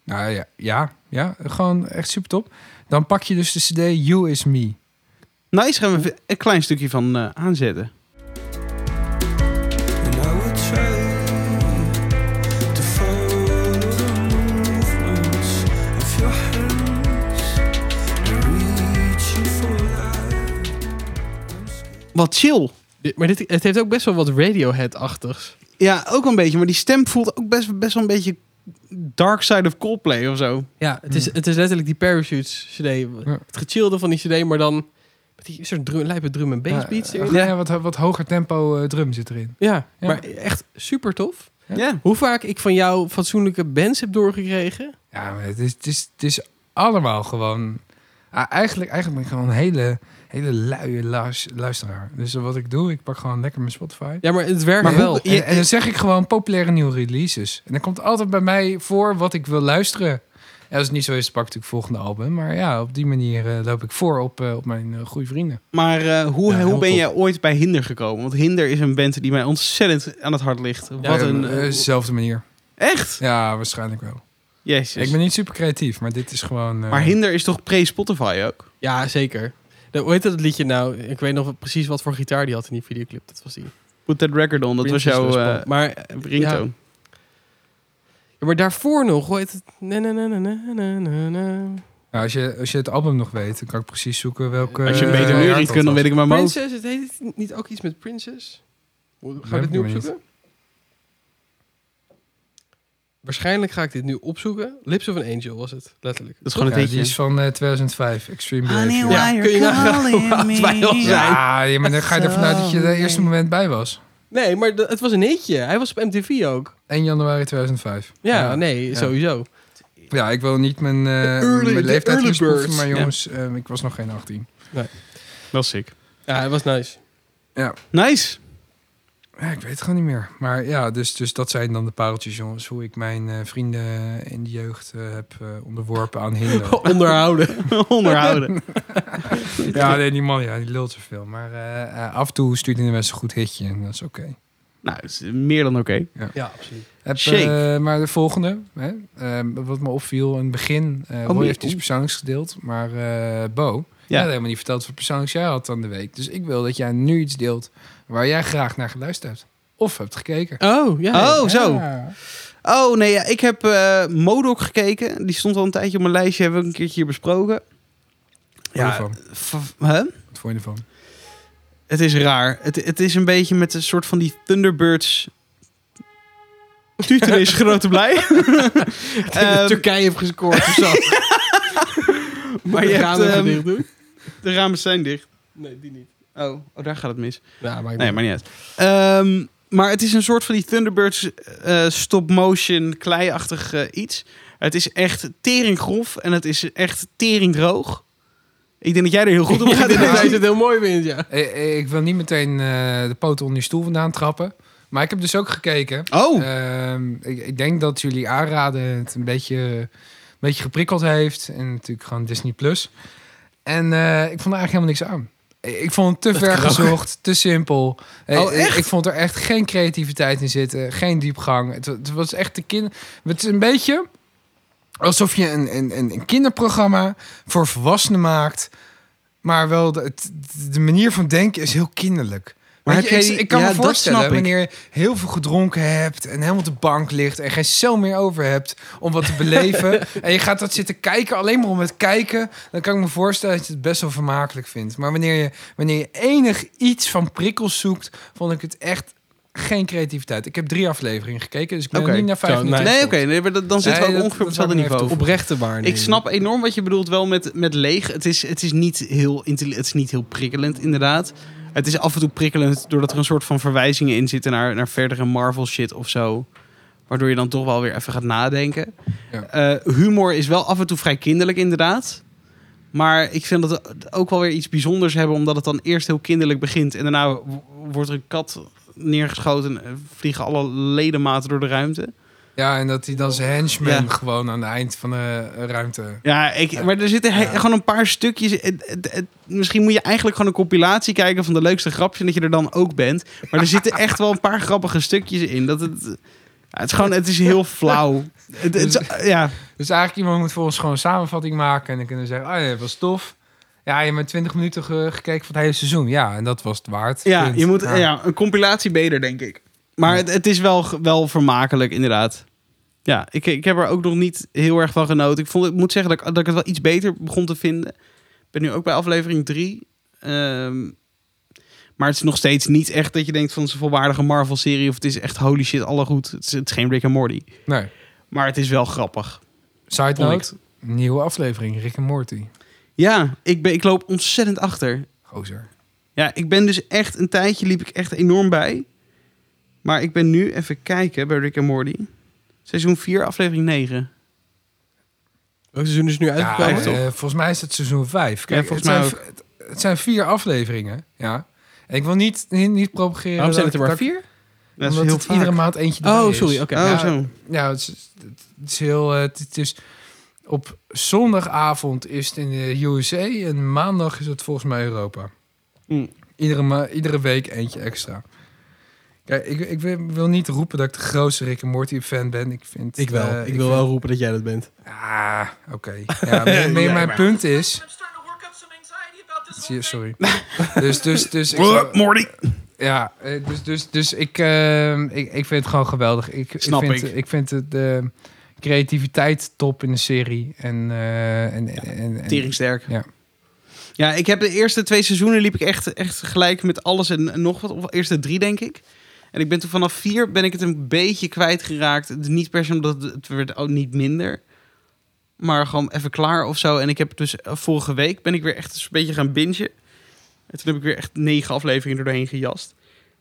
Nou ja, ja, ja, gewoon echt super top. Dan pak je dus de CD You Is Me. Nice, gaan Nou, we even een klein stukje van eh, aanzetten. And I would try to follow the movements of your hands and reaching for light. Wat chill. Dit- Maar dit, het heeft ook best wel wat Radiohead-achtigs. Ja, ook een beetje. Maar die stem voelt ook best, best wel een beetje Dark Side of Coldplay of zo. Ja, het is, het is letterlijk die Parachutes-cd. Het gechillde van die cd, maar dan... Met die soort drum, lijpe drum en bass beats Ja, eh, erin. ja, wat, wat hoger tempo eh, drum zit erin. Ja, Ja. maar echt super tof. Ja. Hoe vaak ik van jou fatsoenlijke bands heb doorgekregen. Ja, maar het is, het is, het is allemaal gewoon... Ah, eigenlijk, eigenlijk ben ik gewoon een hele, hele luie luis- luisteraar. Dus wat ik doe, ik pak gewoon lekker mijn Spotify. Ja, maar het werkt Maar wel. hoe- En, en dan zeg ik gewoon populaire nieuwe releases. En dan komt altijd bij mij voor wat ik wil luisteren. En als het niet zo is, dan pak ik natuurlijk het volgende album. Maar ja, op die manier eh, loop ik voor op, eh, op mijn eh, goede vrienden. Maar eh, hoe, Ja, hoe heel ben top. jij ooit bij Hinder gekomen? Want Hinder is een band die mij ontzettend aan het hart ligt. Wat Eh, een... eh, Dezelfde manier. echt? Ja, waarschijnlijk wel. Jezus. Ik ben niet super creatief, maar dit is gewoon... eh, Maar Hinder is toch pre-Spotify ook? Ja, zeker. De, hoe heet dat liedje nou? Ik weet nog precies wat voor gitaar die had in die videoclip. Dat was die. Put That Record On, dat was Princess jouw eh, Response. maar, eh, ja, ringtone. ja, maar daarvoor nog, hoe heet het? Na, na, na, na, na, na, na, na. nou, als, je, als je het album nog weet, dan kan ik precies zoeken welke... Als je hem eh, beter nu jaar niet dat kunt, dan was. weet ik maar Mo. Princess, het heet het niet ook iets met Princess? Hoe- Ga Weet ik dit ik nu maar niet. opzoeken? Waarschijnlijk ga ik dit nu opzoeken. Lips of an Angel was het, letterlijk. Dat is gewoon het Ja, die hitje. is van eh, 2005, Extreme Behavior. Ja, kun je nagaan hoe oud wij al zijn? Ja, ja, maar dan ga je ervan uit dat je er eerste moment bij was. Nee, maar d- het was een hitje. Hij was op MTV ook. 1 januari 2005. Ja, nee, ja. sowieso. Ja, ik wil niet mijn, eh early- mijn de leeftijd early misproeven, birds. maar jongens, eh, ik was nog geen 18. Dat is sick. Ja, hij was nice. Nice. Ja, ik weet het gewoon niet meer. Maar ja, dus, dus dat zijn dan de pareltjes, jongens. Hoe ik mijn eh, vrienden in de jeugd eh, heb eh, onderworpen aan hinder. Oh, Onderhouden. Onderhouden. Ja, nee, die man, ja, die lult zoveel. Maar eh, eh, af en toe stuurt hij de mensen een goed hitje en dat is oké. nou, dat is meer dan oké. ja, absoluut. Heb, Shake. eh, maar de volgende, hè? eh, wat me opviel in het begin. eh Roy meer- heeft iets oeh. persoonlijks gedeeld, maar eh, Bo jij had helemaal niet verteld wat persoonlijks jij had aan de week. Dus ik wil dat jij nu iets deelt waar jij graag naar geluisterd hebt. Of hebt gekeken. Oh, ja. Oh, zo. Ja. Oh, nee, ja, ik heb eh Modok gekeken. Die stond al een tijdje op mijn lijstje. Hebben we een keertje hier besproken. Ja. Ervan. f- hè? Wat vond je ervan? Het is raar. Het, het is een beetje met een soort van die Thunderbirds. Tutor is grote blij. Ehm, Turkije heeft gescoord of zo. Maar De je ramen hebt, even ehm, dicht doen. de ramen zijn dicht. Nee, die niet. Oh, oh, daar gaat het mis. Ja, maar Nee, maar niet uit. Ehm, maar het is een soort van die Thunderbirds eh, stop-motion kleiachtig eh, iets. Het is echt teringgrof en het is echt teringdroog. Ik denk dat jij er heel goed op gaat. ik denk dat Ja, hij het heel mooi vindt, ja. Eh, eh, ik wil niet meteen eh, de poten onder je stoel vandaan trappen. Maar ik heb dus ook gekeken. Oh, Ehm, ik, ik denk dat jullie aanraden het een beetje, een beetje geprikkeld heeft. En natuurlijk gewoon Disney Plus. En eh, ik vond er eigenlijk helemaal niks aan. Ik ik vond het te ver gezocht, te simpel. Eh, Oh, eh, Ik vond er echt geen creativiteit in zitten, geen diepgang. Het, wa- het was echt te kind. Het is een beetje alsof je een, een, een een kinderprogramma voor volwassenen maakt. Maar wel, de, het- de manier van denken is heel kinderlijk. Maar Maar heb ik, jij- ik kan ja, me dat voorstellen snap ik. wanneer je heel veel gedronken hebt en helemaal op de bank ligt en geen cel meer over hebt om wat te beleven. en je gaat dat zitten kijken, alleen maar om het kijken. Dan kan ik me voorstellen dat je het best wel vermakelijk vindt. Maar wanneer je, wanneer je enig iets van prikkels zoekt, vond ik het echt geen creativiteit. Ik heb drie afleveringen gekeken, dus ik ben Oké. niet naar vijf Zo, minuten. nee. nee, oké. gestopt. nee, maar dat- dan zitten we Nee, ook dat- ongeveer op dat hetzelfde wou ik nog niveau. even Oprechte waarneming. Ik snap enorm wat je bedoelt wel met, met leeg. Het is, het, is niet heel, intelli- het is niet heel prikkelend, inderdaad. Het is af en toe prikkelend doordat er een soort van verwijzingen in zitten naar, naar verdere Marvel shit of zo. Waardoor je dan toch wel weer even gaat nadenken. Ja. Eh, humor is wel af en toe vrij kinderlijk, inderdaad. Maar ik vind dat we ook wel weer iets bijzonders hebben, omdat het dan eerst heel kinderlijk begint. En daarna w- wordt er een kat neergeschoten en eh, vliegen alle ledematen door de ruimte. Ja, en dat hij dan zijn henchman Ja. gewoon aan het eind van de ruimte... Ja, ik, maar er zitten he- Ja. gewoon een paar stukjes. Het- het- het- misschien moet je eigenlijk gewoon een compilatie kijken van de leukste grapjes. En dat je er dan ook bent. Maar er zitten echt wel een paar grappige stukjes in. Dat het, ja, het, is, gewoon, het is heel flauw. Het, het is- ja. Dus eigenlijk iemand moet voor ons gewoon een samenvatting maken. En dan kunnen we zeggen, oh ja, dat was tof. Ja, je hebt maar 20 minuten ge- gekeken van het hele seizoen. Ja, en dat was het waard. ja, Punt. je moet, ja, een compilatie beter, denk ik. Maar het, het is wel, ge- wel vermakelijk, inderdaad. Ja, ik, ik heb er ook nog niet heel erg van genoten. Ik, vond, ik moet zeggen dat ik, dat ik het wel iets beter begon te vinden. Ik ben nu ook bij aflevering 3. maar het is nog steeds niet echt dat je denkt van het is een volwaardige Marvel-serie... of het is echt holy shit, alle goed. Het is, het is geen Rick en Morty. Nee. Maar het is wel grappig. Side Vond ik. note, nieuwe aflevering, Rick en Morty. Ja, ik, ben, ik loop ontzettend achter. Gozer. Ja, ik ben dus echt een tijdje liep ik echt enorm bij. Maar ik ben nu even kijken bij Rick en Morty. Seizoen 4, aflevering 9. Welk seizoen is dus nu Ja, uitgekomen? toch? eh, volgens mij is het seizoen 5. Kijk, Ja, volgens het, mij zijn, het, het zijn vier afleveringen, ja. En ik wil niet, niet, niet propageren... Waarom zijn dat het er maar ik- dat- vier? Dat is omdat heel het iedere vaak. maand eentje erbij Oh, is. sorry. Oké. Oh, Ja, zo. Ja, het is, het is heel. eh, Het, het is op zondagavond is het in de USA en maandag is het volgens mij Europa. Mm. Iedere, ma- iedere week eentje extra. Kijk, ik, ik wil, wil niet roepen dat ik de grootste Rick en Morty fan ben. Ik vind. Ik wel. eh, ik wil vind- wel roepen dat jij dat bent. Ah, oké. Ja, maar- maar mijn punt is. I'm starting to work up some anxiety about this Zie whole je- thing. Sorry. Dus, dus, dus. ik Uh, zou- Morty. Ja, eh, dus, dus, dus ik, ehm, ik, ik vind het gewoon geweldig. Ik, Snap ik. Vind, ik. ik vind het, de creativiteit top in de serie. En, eh en, en, en, en- Teringsterk. Ja. Ja, ik heb de eerste twee seizoenen liep ik echt, echt gelijk met alles en, en nog wat. Of eerste drie, denk ik. En ik ben toen vanaf vier ben ik het een beetje kwijtgeraakt. Het- Niet per se omdat het- het werd ook niet minder. Maar gewoon even klaar of zo. En ik heb dus eh, vorige week ben ik weer echt een beetje gaan bingen. En toen heb ik weer echt negen afleveringen er doorheen gejast.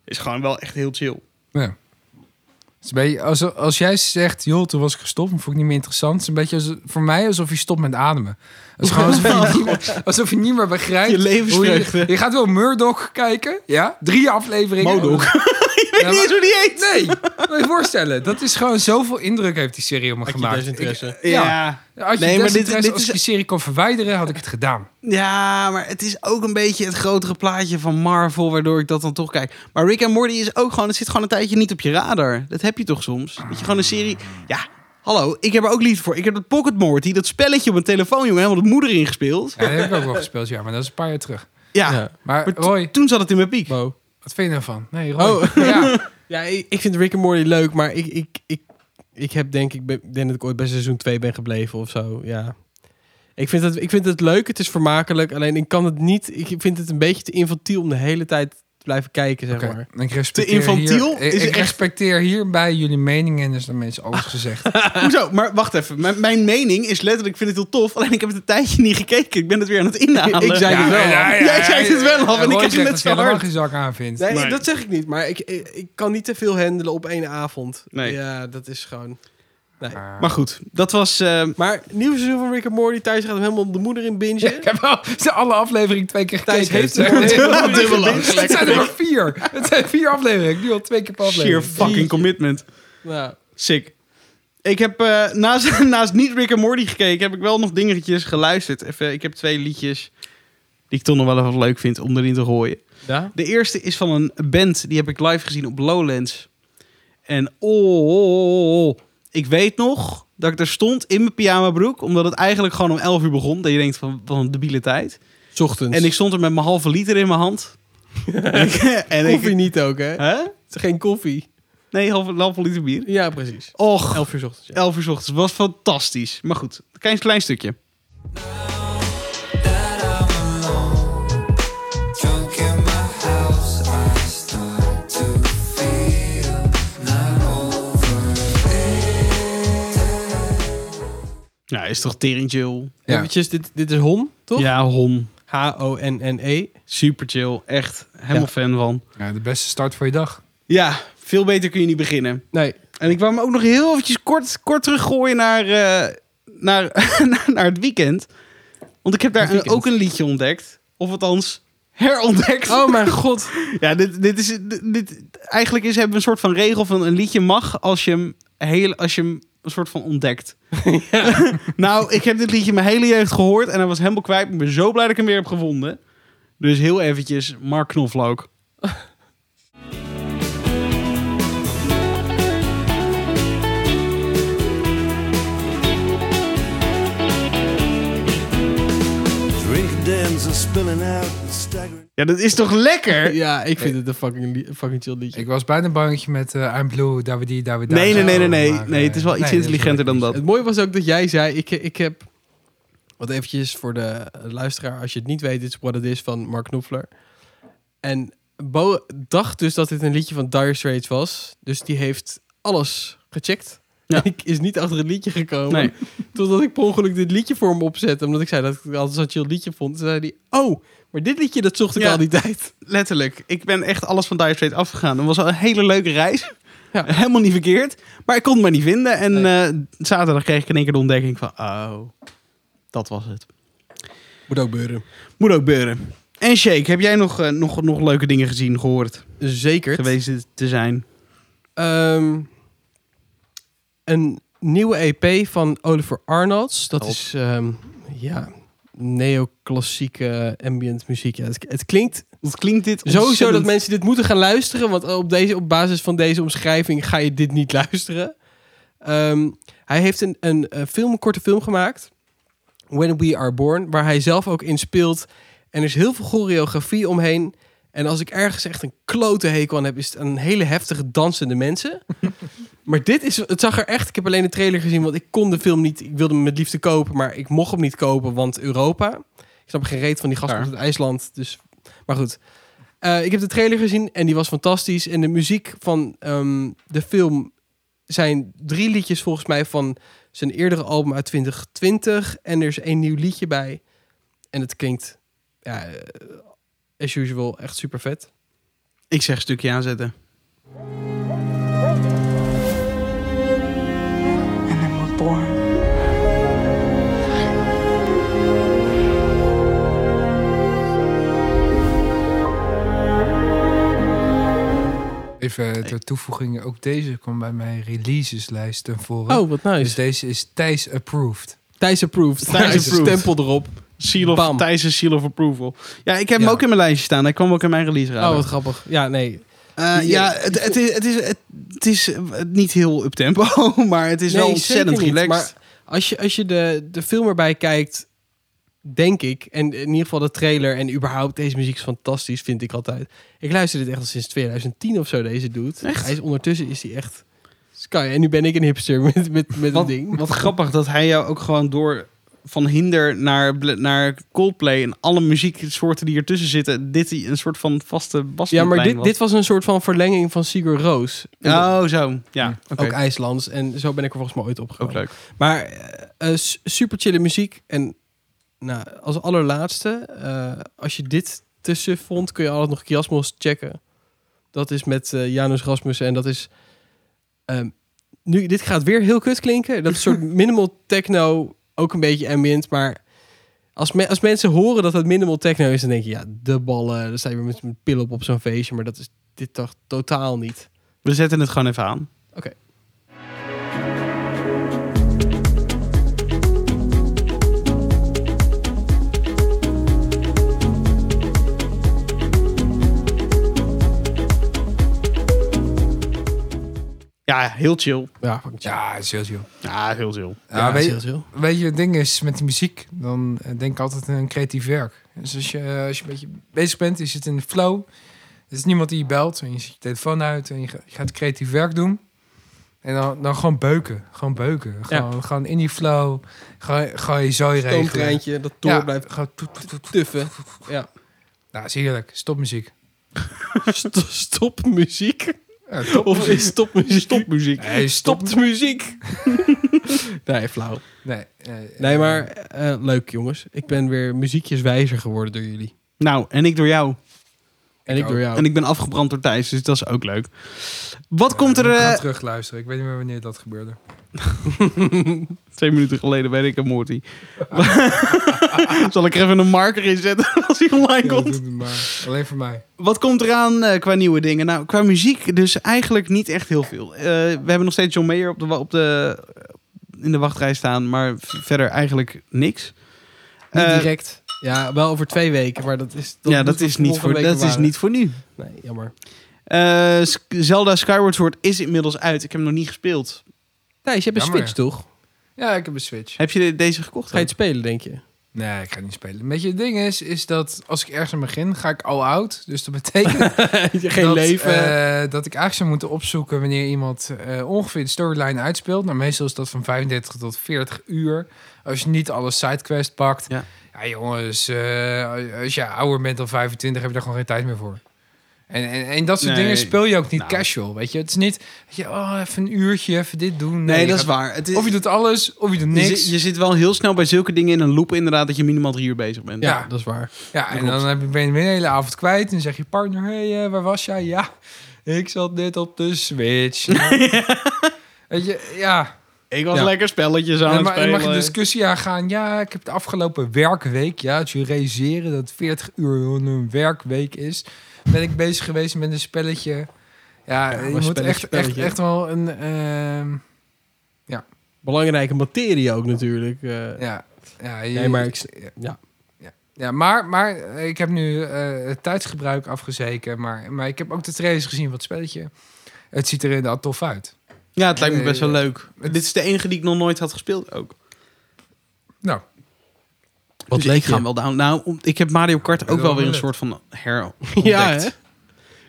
Is gewoon wel echt heel chill. Ja. Het is een beetje, als, als jij zegt, joh, toen was ik gestopt, dan vond ik niet meer interessant. Het is een beetje als, voor mij alsof je stopt met ademen. Het is gewoon alsof je niet meer, alsof je niet meer begrijpt. Je hoe levensvreugde. je, je gaat wel Murdoch kijken, ja? Drie afleveringen. Modok. je Ik weet niet eens hoe die heet. Nee, moet je voorstellen. Dat is gewoon zoveel indruk heeft die serie op me Had je gemaakt. desinteresse? Ik- ja. Als je Nee, maar dit- desinteresse- dit als is- ik die serie kon verwijderen, had ik het gedaan. Ja, maar het is ook een beetje het grotere plaatje van Marvel, waardoor ik dat dan toch kijk. Maar Rick en Morty is ook gewoon, het zit gewoon een tijdje niet op je radar. Dat heb je toch soms? Dat je gewoon een serie. Ja, hallo, ik heb er ook liefde voor. Ik heb dat Pocket Morty, dat spelletje op mijn telefoon, jongen, helemaal de moeder ingespeeld. Ja, dat heb ik ook wel gespeeld, ja, maar dat is een paar jaar terug. Ja, Ja. Maar maar to- Roy, toen zat het in mijn piek. Bo. wat vind je daarvan? Nee, Roy. Oh. Ja, Ja, ik, ik vind Rick and Morty leuk, maar ik, ik, ik, ik heb denk ik ben- denk dat ik ooit bij seizoen 2 ben gebleven of zo. Ja. Ik vind, het, ik vind het leuk, het is vermakelijk. Alleen ik kan het niet. Ik vind het een beetje te infantiel om de hele tijd te blijven kijken, zeg oké. maar. Ik respecteer Te infantiel hier- ik- is ik echt- Ah. respecteer hierbij jullie meningen en dus dan is alles gezegd. Hoezo? Maar wacht even. Mijn, mijn mening is letterlijk, ik vind het heel tof. Alleen ik heb het een tijdje niet gekeken. Ik ben het weer aan het inhalen. Ik zei het wel. Jij zei het wel al en ik Roy kreeg zegt het net dat zo hij helemaal hard. geen zak aan vindt. Nee, Nee. dat zeg ik niet. Maar ik, ik, ik kan niet te veel handelen op één avond. Nee. Ja, dat is gewoon. Maar- Maar goed, dat was. eh, Maar nieuw seizoen van Rick and Morty. Thijs gaat hem helemaal de moeder in bingen. Ja, ik heb wel ze alle afleveringen twee keer Thijs gekeken. heeft het. hem helemaal dubbel dubbel lang. Het zijn er maar vier. Het zijn vier afleveringen. Ik doe al twee keer per sheer aflevering. fucking commitment. Nou, Sick. Ik heb eh, naast, naast niet Rick en Morty gekeken, heb ik wel nog dingetjes geluisterd. Even, ik heb twee liedjes die ik toch nog wel even leuk vind om erin te gooien. ja. De eerste is van een band, die heb ik live gezien op Lowlands. En oh, oh, oh, ik weet nog dat ik er stond in mijn pyjamabroek, omdat het eigenlijk gewoon om 11 uur begon. Dat je denkt van, van een debiele tijd. S ochtends. En ik stond er met mijn halve liter in mijn hand. en ik, en ik- koffie niet ook, hè? Hè? Het is Geen koffie. Nee, halve, halve liter bier. Ja, precies. Och, 11 uur 's ochtends. Ja. 11 uur 's ochtends. Was fantastisch. Maar goed, een klein, klein stukje. that I'm alone, drunk in my house. I start to feel not over Nou, is toch tering chill? Ja. Eventjes, dit, dit is Hon, toch? Ja, hon. H-O-N-N-E. Super chill. Echt helemaal Ja. fan van. Ja, de beste start voor je dag. Ja, veel beter kun je niet beginnen. Nee. En ik wou hem ook nog heel eventjes kort, kort teruggooien naar, eh, naar, naar het weekend. Want ik heb daar Het weekend. ook een liedje ontdekt. Of althans, herontdekt. Oh mijn god. Ja, dit, dit is, dit, dit- eigenlijk is, hebben we een soort van regel van een liedje mag als je hem, heel, als je hem een soort van ontdekt. nou, ik heb dit liedje mijn hele jeugd gehoord en hij was helemaal kwijt. Ik ben zo blij dat ik hem weer heb gevonden. Dus heel eventjes, Mark Knoflook. Drink dens are spilling out and staggering. Ja, dat is toch lekker? Ja, ik vind het een fucking, li- fucking chill liedje. Ik was bijna bangetje met eh I'm Blue, Davidi, Davidi. Nee, nee, nee, nee, nee. Nee, het is wel iets intelligenter dan dat. Het mooie was ook dat jij zei, ik, ik heb... Wat eventjes voor de luisteraar, als je het niet weet, dit is What It Is van Mark Knopfler. En Bo dacht dus dat dit een liedje van Dire Straits was. Dus die heeft alles gecheckt. Ja. En ik is niet achter het liedje gekomen. Nee. Totdat ik per ongeluk dit liedje voor hem opzette. Omdat ik zei dat ik altijd zo'n chill liedje vond. Toen zei hij, oh, maar dit liedje dat zocht ik Ja. al die tijd. Letterlijk. Ik ben echt alles van Dire Straits afgegaan. Het was een hele leuke reis. Ja. Helemaal niet verkeerd. Maar ik kon het maar niet vinden. En Nee. eh, zaterdag kreeg ik in één keer de ontdekking van... Oh, dat was het. Moet ook beuren. Moet ook beuren. En Shake, heb jij nog, eh, nog, nog leuke dingen gezien, gehoord, Zeker. geweest te zijn? Ehm, een nieuwe EP van Oliver Arnolds. Dat Help. is ehm ja, neoclassieke ambient muziek. Ja, het, het klinkt Wat klinkt dit sowieso dat ontzettend- mensen dit moeten gaan luisteren. Want eh, op, deze, op basis van deze omschrijving ga je dit niet luisteren. Ehm, hij heeft een, een, eh, film, een korte film gemaakt. When We Are Born. Waar hij zelf ook in speelt. En er is heel veel choreografie omheen. En als ik ergens echt een klote hekel aan heb... is het een hele heftige dansende mensen. maar dit is... Het zag er echt... Ik heb alleen de trailer gezien, want ik kon de film niet... Ik wilde hem met liefde kopen, maar ik mocht hem niet kopen. Want Europa... Ik snap geen reet van die gast Daar. uit IJsland. Dus, maar goed. Eh, ik heb de trailer gezien en die was fantastisch. En de muziek van ehm, de film zijn drie liedjes volgens mij van zijn eerdere album uit 2020. En er is één nieuw liedje bij. En het klinkt, ja, eh, as usual, echt super vet. Ik zeg stukje aanzetten. and then we're born. Even ter toevoeging, ook deze kwam bij mijn releaseslijst ten voren. Oh, wat Dus nice. deze is Thijs approved. Thijs approved. Thijs Thijs approved. stempel erop. Seal of, Bam. Thijs' Seal of Approval. Ja, ik heb hem Ja. ook in mijn lijstje staan. Hij kwam ook in mijn release Oh, radar. wat grappig. Ja, nee. Eh, ja, het, het is, het, is, het, het is eh, niet heel up-tempo, maar het is wel Nee, ontzettend zeker niet. relaxed. Maar als je, als je de, de film erbij kijkt, denk ik, en in ieder geval de trailer en überhaupt deze muziek is fantastisch, vind ik altijd. Ik luister dit echt al sinds 2010 of zo, deze dude. Echt? Hij is, ondertussen is hij echt sky. En nu ben ik een hipster met, met, met een wat, ding. wat grappig dat hij jou ook gewoon door van hinder naar, Bla- naar Coldplay en alle muzieksoorten die ertussen zitten, dit die een soort van vaste bas. Ja, maar dit, was. dit was een soort van verlenging van Sigur Roos. Oh, zo. Ja, oké. Ook IJslands. En zo ben ik er volgens mij ooit opgekomen. Ook leuk. Maar eh, eh, s- super chille muziek. En nou, als allerlaatste, eh, als je dit te suf vond, kun je altijd nog Kiasmos checken. Dat is met eh, Janus Rasmussen. En dat is. ehm, nu, dit gaat weer heel kut klinken. Dat is een soort minimal techno, ook een beetje ambient. Maar als, me- als mensen horen dat het minimal techno is, dan denk je, ja, de ballen. Dan sta je weer met een pil op op zo'n feestje. Maar dat is dit toch totaal niet. We zetten het gewoon even aan. Oké. Ja, heel chill. Ja, fucking chill. Ja, is heel chill. Ja, heel chill. Ja, dat is weet, heel chill. weet je, het ding is met die muziek, dan eh, denk ik altijd aan een creatief werk. Dus als je, eh, als je een beetje bezig bent, je zit in de flow, er is niemand die je belt en je zet je telefoon uit en je ga- je gaat creatief werk doen. En dan, dan gewoon beuken, gewoon beuken. Gewoon, gewoon in die flow, gewoon, gewoon je zooi regelen. Stoomtreintje dat door Ja, blijft gewoon toet, toet, toet, toet. tuffen. Ja. Nou, is heerlijk. Stopmuziek. St- stop muziek. Ja, Eh, top. Of is stop muziek? Topmuziek. Nee, stop. Stopt muziek. nee, flauw. Nee, eh, Nee, eh, maar eh, leuk jongens. Ik ben weer muziekjes wijzer geworden door jullie. Nou, en ik door jou. En ik ook. door jou. En ik ben afgebrand door Thijs, dus dat is ook leuk. Wat komt er... Ik ga eh, terug luisteren. Ik weet niet meer wanneer dat gebeurde. Twee minuten geleden ben ik een Morty. Zal ik er even een marker in zetten als hij online Ja, komt? doe het maar. Alleen voor mij. Wat komt eraan eh, qua nieuwe dingen? Nou, qua muziek dus eigenlijk niet echt heel veel. Eh, we hebben nog steeds John Mayer op de, wa- op de, eh, in de wachtrij staan, maar v- verder eigenlijk niks. Niet Eh, direct. Ja, wel over twee weken, maar dat is... ja, dat, moet wat is niet, voor, volgende dat weken is niet voor nu. waren. Nee, jammer. Eh, Sk- Zelda Skyward Sword is inmiddels uit. Ik heb hem nog niet gespeeld. Thijs, je hebt een Jammer. Switch, toch? Ja, ik heb een Switch. Heb je de- deze gekocht? Ga je het spelen, denk je? Nee, ik ga niet spelen. Weet je, het ding is, is dat als ik ergens aan begin, ga ik al out. Dus dat betekent Geen dat, leven. eh, dat ik eigenlijk zou moeten opzoeken wanneer iemand eh, ongeveer de storyline uitspeelt. Nou, meestal is dat van 35 tot 40 uur. Als je niet alle sidequests pakt. Ja. Ja, jongens, eh, als je ouder bent dan 25, heb je daar gewoon geen tijd meer voor. En, en, en dat soort Nee. dingen speel je ook niet Nou. casual, weet je. Het is niet, weet je, oh, even een uurtje, even dit doen. Nee, je dat is gaat- waar. Het is, Of je doet alles, of je doet je niks. zit- Je, zit wel heel snel bij zulke dingen in een loop inderdaad dat je minimaal drie uur bezig bent. ja, ja. dat is waar. Ja, en Klopt. dan heb je, ben je de hele avond kwijt. En dan zeg je partner, hé, hey, eh, waar was jij? Ja, ik zat net op de Switch. Weet je, ja. Ik was Ja. lekker spelletjes aan En dan het ma- dan spelen. mag dus- je een discussie aangaan. Ja, ik heb de afgelopen werkweek, ja, als je realiseren dat 40 uur een werkweek is, ben ik bezig geweest met een spelletje. Ja, je maar moet spelletje, echt, echt, spelletje. echt wel een, ehm, Belangrijke materie ook natuurlijk. eh. ja. Ja, je- Nee, maar ik... Ja. Ja, maar, maar eh, ik heb nu eh, het tijdsgebruik afgezeken. Maar, maar ik heb ook de trailers gezien van het spelletje. Het ziet er inderdaad tof uit. Ja, het lijkt me Nee, best wel ja. leuk. Dit is de enige die ik nog nooit had gespeeld ook. Nou, Wat dus leek ik ga je? hem wel down. Nou, om- ik heb Mario Kart ook wel wel weer een gelukt. soort van her. Ja, ontdekt. hè?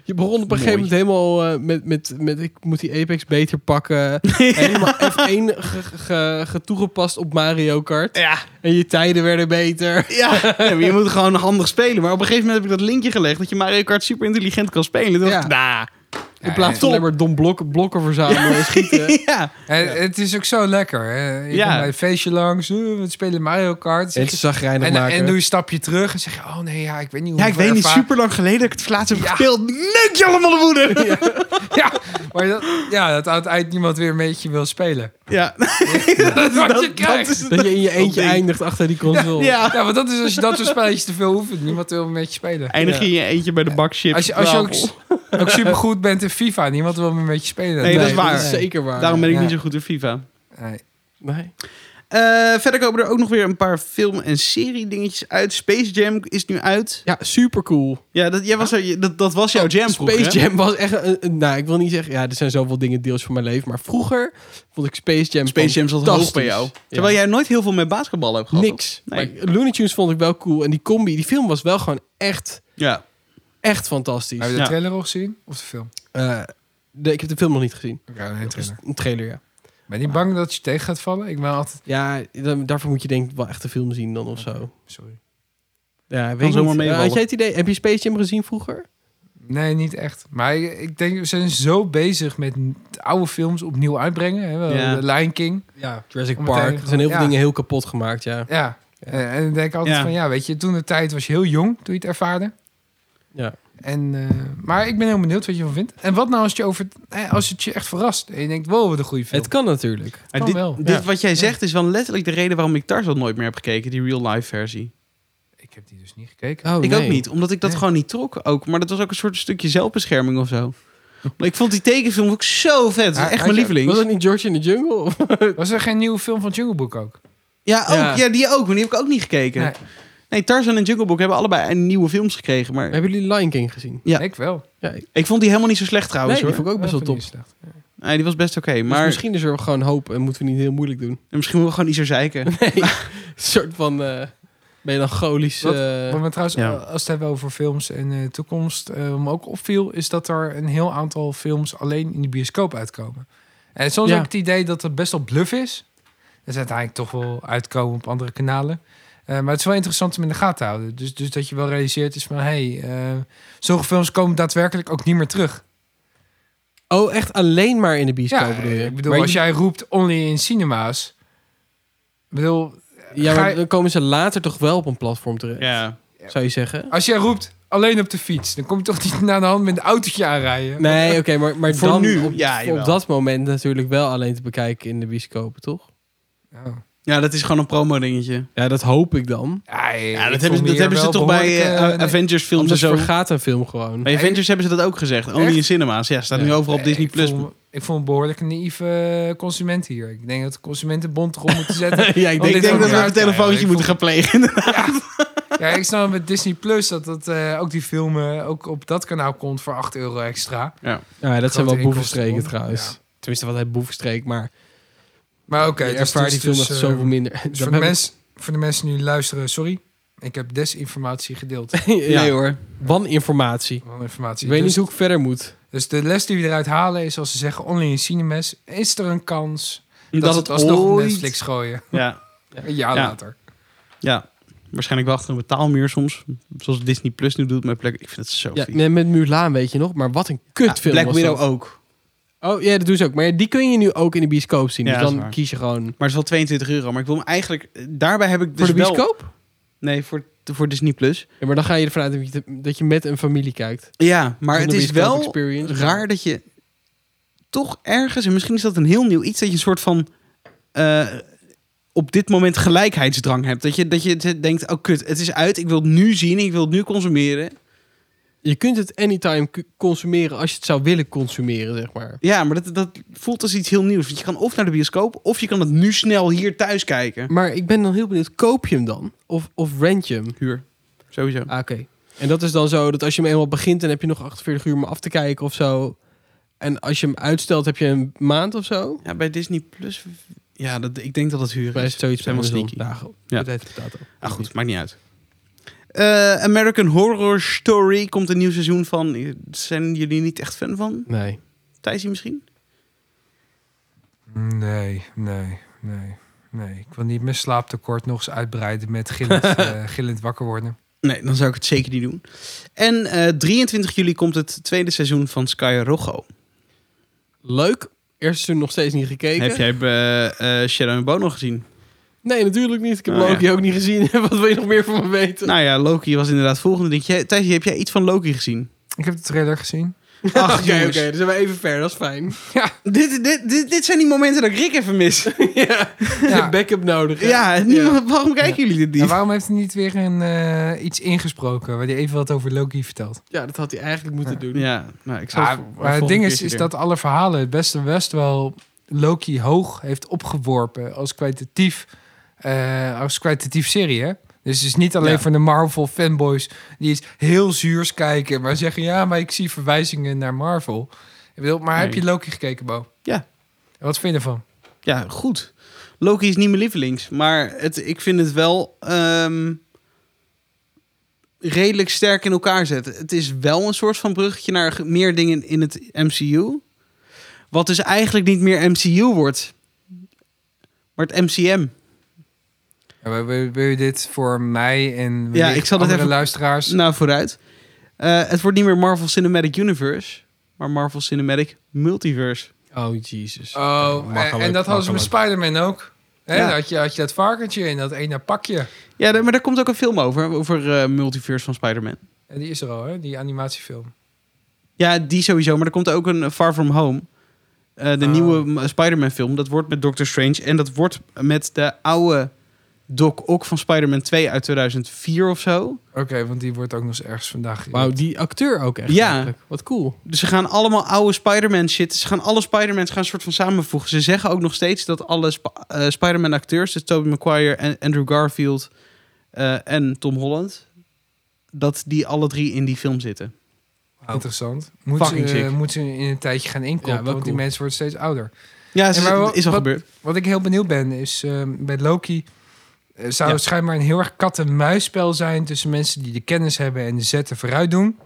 Je begon op een gegeven moment helemaal eh, met, met, met... Ik moet die Apex beter pakken. Helemaal F1 ge, ge- ge- toegepast op Mario Kart. Ja, En je tijden werden beter. ja. Nee, maar je moet gewoon handig spelen. Maar op een gegeven moment heb ik dat linkje gelegd dat je Mario Kart super intelligent kan spelen. Toen Ja. dacht ik, nah. In plaats van alleen maar dom blokken, blokken verzamelen en schieten. Ja. eh, het is ook zo lekker. hè. Je Ja. komt bij een feestje langs. eh, we spelen Mario Kart. Zeg je- zagrijnig en, en doe je een stapje terug en zeg je... Oh nee, ja, ik weet niet hoe ja, ik hoeveel weet niet, ervaring- super lang geleden dat ik het laatst heb Ja. gespeeld. Neuk je allemaal de moeder! Ja, Ja, maar dat, ja, dat uiteindelijk niemand weer met je wil spelen. dat, Wat je dat- dat krijgt. is het. Dat je in je eentje ding. eindigt achter die console. Ja. Ja, want dat is als je dat soort spelletjes te veel hoeft. Niemand wil met je spelen. Eindig je in je eentje bij de bak chips Als je, als je op ook, tafel. ook supergoed bent in FIFA. Niemand wil meer met je spelen. Nee, dat is waar. zeker waar. Daarom ben ik Ja. niet zo goed in FIFA. Nee. Nee. Eh, verder komen er ook nog weer een paar film- en serie-dingetjes uit. Space Jam is nu uit. Ah. Oh, Ja, super cool. Ja, dat, jij was er, dat, dat was jouw jam vroeger, Space hè? Jam was echt een, een- Nou, ik wil niet zeggen... Ja, er zijn zoveel dingen deels van mijn leven. Maar vroeger vond ik Space Jam Space Jam zat hoog bij fantastisch. jou. Ja. Terwijl jij nooit heel veel met basketbal hebt gehad. Niks. Nee. Maar Looney Tunes vond ik wel cool. En die combi, die film was wel gewoon echt, Ja. echt fantastisch. Heb je de Ja. trailer al gezien? Of de film? Eh, de- ik heb de film nog niet gezien. Ja, nee, Dus trailer. een trailer, ja. Ben je niet bang dat je tegen gaat vallen? Ik ben altijd... Ja, dan- daarvoor moet je denk ik wel echt de film zien dan of zo. Sorry. Ja, weet ik zomaar niet. Eh, meevallen. had jij het idee? Heb je Space Jam gezien vroeger? Nee, niet echt. Maar ik, ik denk, we zijn zo bezig met oude films opnieuw uitbrengen. Hè? We Ja. hadden Lion King. Ja, Jurassic Om het Park. einde Er zijn heel veel gewoon- dingen heel kapot gemaakt, ja. Ja. Eh, En dan denk ik altijd Ja. van, ja, weet je, toen de tijd was je heel jong toen je het ervaarde. Ja. En, eh, maar ik ben heel benieuwd wat je ervan vindt. En wat nou als het je, over, eh, als het je echt verrast en je denkt, wow, wat een goede film. Het kan natuurlijk. Maar Kan dit, wel. dit Ja. wat jij zegt is wel letterlijk de reden waarom ik Tarzan nooit meer heb gekeken. Die real-life versie. Ik heb die dus niet gekeken. Oh, ik ook nee. niet, omdat ik dat Nee. gewoon niet trok ook. Maar dat was ook een soort stukje zelfbescherming of zo. Maar ik vond die tekenfilm ook zo vet. Dat Ja, is echt had mijn je- lieveling. Was dat niet George in the Jungle? Was er geen nieuwe film van Jungle Book ook? Ja, ook, ja. Ja. die ook. Maar die heb ik ook niet gekeken. Nee, Nee. Tarzan en Jungle Book hebben allebei een nieuwe films gekregen. Maar Hebben jullie Lion King gezien? Ja. Ik wel. Ja, ik- ik vond die helemaal niet zo slecht trouwens nee, die hoor. vond ik ook best wel Dat top. vind ik niet slecht. Nee, die was best oké. maar Maar misschien... misschien is er gewoon hoop en moeten we niet heel moeilijk doen. misschien moeten we gewoon iets er zeiken. Een soort van eh melancholisch... Wat- eh, Wat me trouwens, Ja. eh, als we het hebben over films en eh, toekomst, eh me ook opviel, is dat er een heel aantal films alleen in de bioscoop uitkomen. En soms Ja. heb ik het idee dat dat best wel bluff is. Dat ze uiteindelijk toch wel uitkomen op andere kanalen. Eh, maar het is wel interessant om in de gaten te houden. Dus, dus dat je wel realiseert is van, hey, eh sommige films komen daadwerkelijk ook niet meer terug. Oh, echt alleen maar in de bioscoop Ja, bedoel je? ik bedoel, Maar als je- jij roept only in cinema's, ik bedoel, Ja, ga maar je- dan komen ze later toch wel op een platform terecht, Ja. zou je zeggen? als jij roept alleen op de fiets. Dan kom je toch niet naar de hand met een autootje aanrijden. Nee, oké, maar, maar Voor dan nu, op, ja, jawel. op dat moment natuurlijk wel alleen te bekijken in de bioscopen, toch? Ja. Ja, dat is gewoon een promo-dingetje. Ja, dat hoop ik dan. Nee, Ja, ik dat hebben, vond ze- dat hier hebben ze wel toch bij eh, behoorlijke- nee. Avengers-films en Anders zo. vergaat een film gewoon. Bij Avengers hebben ze dat ook gezegd. Only Echt? in cinema's. Ja, staat nu Ja. overal op Nee, Disney+. ik Plus. Vond, ik vond een behoorlijk een naïeve eh, consument hier. Ik denk dat de consumentenbond erop moet zetten. ja, ik Ik denk denk, dit ook dat we raar een te krijgen. telefoontje Ik moeten gaan plegen. Ja, ik snap met Disney Plus dat, dat eh, ook die filmen ook op dat kanaal komt voor 8 euro extra. Ja, dat zijn wel inkomsten- boevenstreken trouwens. Ja. Tenminste, wat hij boevenstreek, maar Maar oké, je dus- ervaart dus- die film dus, echt eh, zoveel minder. dus Dan voor, de hebben- mens, voor de mensen die nu luisteren, sorry. Ik heb desinformatie gedeeld. ja, Nee hoor. waninformatie. Waninformatie. Ik weet dus, niet hoe ik verder moet. dus de les die we eruit halen is als ze zeggen online in cinemas, is er een kans dat, Dat ze het het alsnog op ooit- Netflix gooien. Ja, Een jaar Ja. later. ja. Waarschijnlijk wel achter een betaalmuur soms. Zoals Disney Plus nu doet met Black... Ik vind het zo Ja, vies. met, met Mulan weet je nog, maar wat een Ja, kutfilm Black was Widow dat. ook. Oh ja, dat doen ze ook. Maar die kun je nu ook in de bioscoop zien. Ja, dus dat is dan waar. kies je gewoon... Maar het is wel 22 euro. Maar ik wil hem eigenlijk... Daarbij heb ik dus voor de wel- bioscoop? Nee, voor, voor Disney Plus. Ja, maar dan ga je ervan uit dat je, dat je met een familie kijkt. Ja, maar Zonder het is bioscoop wel experience. raar dat je toch ergens... En misschien is dat een heel nieuw iets. Dat je een soort van... eh, op dit moment gelijkheidsdrang hebt. Dat je, dat je denkt, oh kut, het is uit. Ik wil het nu zien. Ik wil het nu consumeren. Je kunt het anytime cu- consumeren als je het zou willen consumeren, zeg maar. Ja, maar dat, dat voelt als iets heel nieuws. Want je kan of naar de bioscoop, of je kan het nu snel hier thuis kijken. Maar ik ben dan heel benieuwd, koop je hem dan? Of, of rent je hem? Huur. Sowieso. Ah, oké. En dat is dan zo dat als je hem eenmaal begint, dan heb je nog 48 uur om af te kijken of zo. En als je hem uitstelt, heb je een maand of zo. Ja, bij Disney Plus... Ja, dat, ik denk dat dat huur Bij is. is het zoiets Zijn wel van sneaky. dagen. Ja. Dat heet dat ook. Ah, goed, maakt niet uit. Eh, American Horror Story komt een nieuw seizoen van. Zijn jullie niet echt fan van? Nee. Thijsie misschien? Nee, nee, nee, nee. Ik wil niet mijn slaaptekort nog eens uitbreiden met gillend, eh, gillend wakker worden. Nee, dan zou ik het zeker niet doen. En eh, 23 juli komt het tweede seizoen van Sky Rojo. Leuk. Eerste seizoen nog steeds niet gekeken. Heb jij eh, eh, Shadow and Bono gezien? Nee, natuurlijk niet. Ik heb Oh, Loki ook niet gezien. Wat wil je nog meer van me weten? Nou ja, Loki was inderdaad volgende. Denk jij, Thijsie, heb jij iets van Loki gezien? Ik heb de trailer gezien. Nou, Ach, Oké, oké. jongens. dus zijn we even ver. Dat is fijn. Dit, dit, dit, dit zijn die momenten dat ik Rick even mis. ja. Ja. Backup nodig. hè? Ja, niemand- waarom kijken jullie dit En niet? waarom heeft hij niet weer een, eh, iets ingesproken waar hij even wat over Loki vertelt? Ja, dat had hij eigenlijk moeten doen. Ja, nou, ik zal Ja, voor- voor maar het volgende ding keer is, is weer. dat alle verhalen het beste best wel Loki hoog heeft opgeworpen als kwalitatief, eh, als kwalitatief serie. Hè? Dus het is niet alleen Ja. voor de Marvel fanboys die eens heel zuurs kijken, maar zeggen ja, maar ik zie verwijzingen naar Marvel. Ik bedoel, maar heb Nee. je Loki gekeken, Bo? Ja. En wat vind je ervan? Ja, goed. Loki is niet mijn lievelings, maar het, ik vind het wel ehm, redelijk sterk in elkaar zetten. Het is wel een soort van bruggetje naar ge- meer dingen in het MCU. Wat dus eigenlijk niet meer MCU wordt, maar het MCM. Ja, wil- wil, wil je dit voor mij en Ja, ja, ik zal dit andere even- luisteraars? Nou, vooruit. Eh, het wordt niet meer Marvel Cinematic Universe, maar Marvel Cinematic Multiverse. Oh, Jesus. Oh, en- en, Makkelijk, dat hadden ze met makkelijk. Spider-Man ook. Hè, Ja. dan had, je, had je dat varkentje en dat ene pakje. Ja, daar- maar daar komt ook een film over, over eh, Multiverse van Spider-Man. En die is er al, hè? Die animatiefilm. Ja, die sowieso. Maar er komt ook een eh, Far From Home. Eh, de Oh. nieuwe eh, Spider-Man film. Dat wordt met Doctor Strange. En dat wordt met de oude Doc Ock van Spider-Man 2 uit 2004 of zo. Oké, want die wordt ook nog eens ergens vandaag. Wauw, die acteur ook echt. Ja. eigenlijk. Wat cool. Dus ze gaan allemaal oude Spider-Man shit. Ze gaan alle Spider-Mans gaan soort van samenvoegen. Ze zeggen ook nog steeds dat alle Sp- eh, Spider-Man acteurs... dus Tobey Maguire en Andrew Garfield eh, en Tom Holland... dat die alle drie in die film zitten. Interessant. Moet ze, Fucking eh, sick. moet ze in een tijdje gaan inkopen, Ja, wel want die cool. mensen worden steeds ouder. Ja, En maar dat wat- is al wat- gebeurd. Wat ik heel benieuwd ben, is ehm, bij Loki... eh, zou Ja. het schijnbaar een heel erg kat-en-muisspel zijn... tussen mensen die de kennis hebben en de zetten vooruit doen...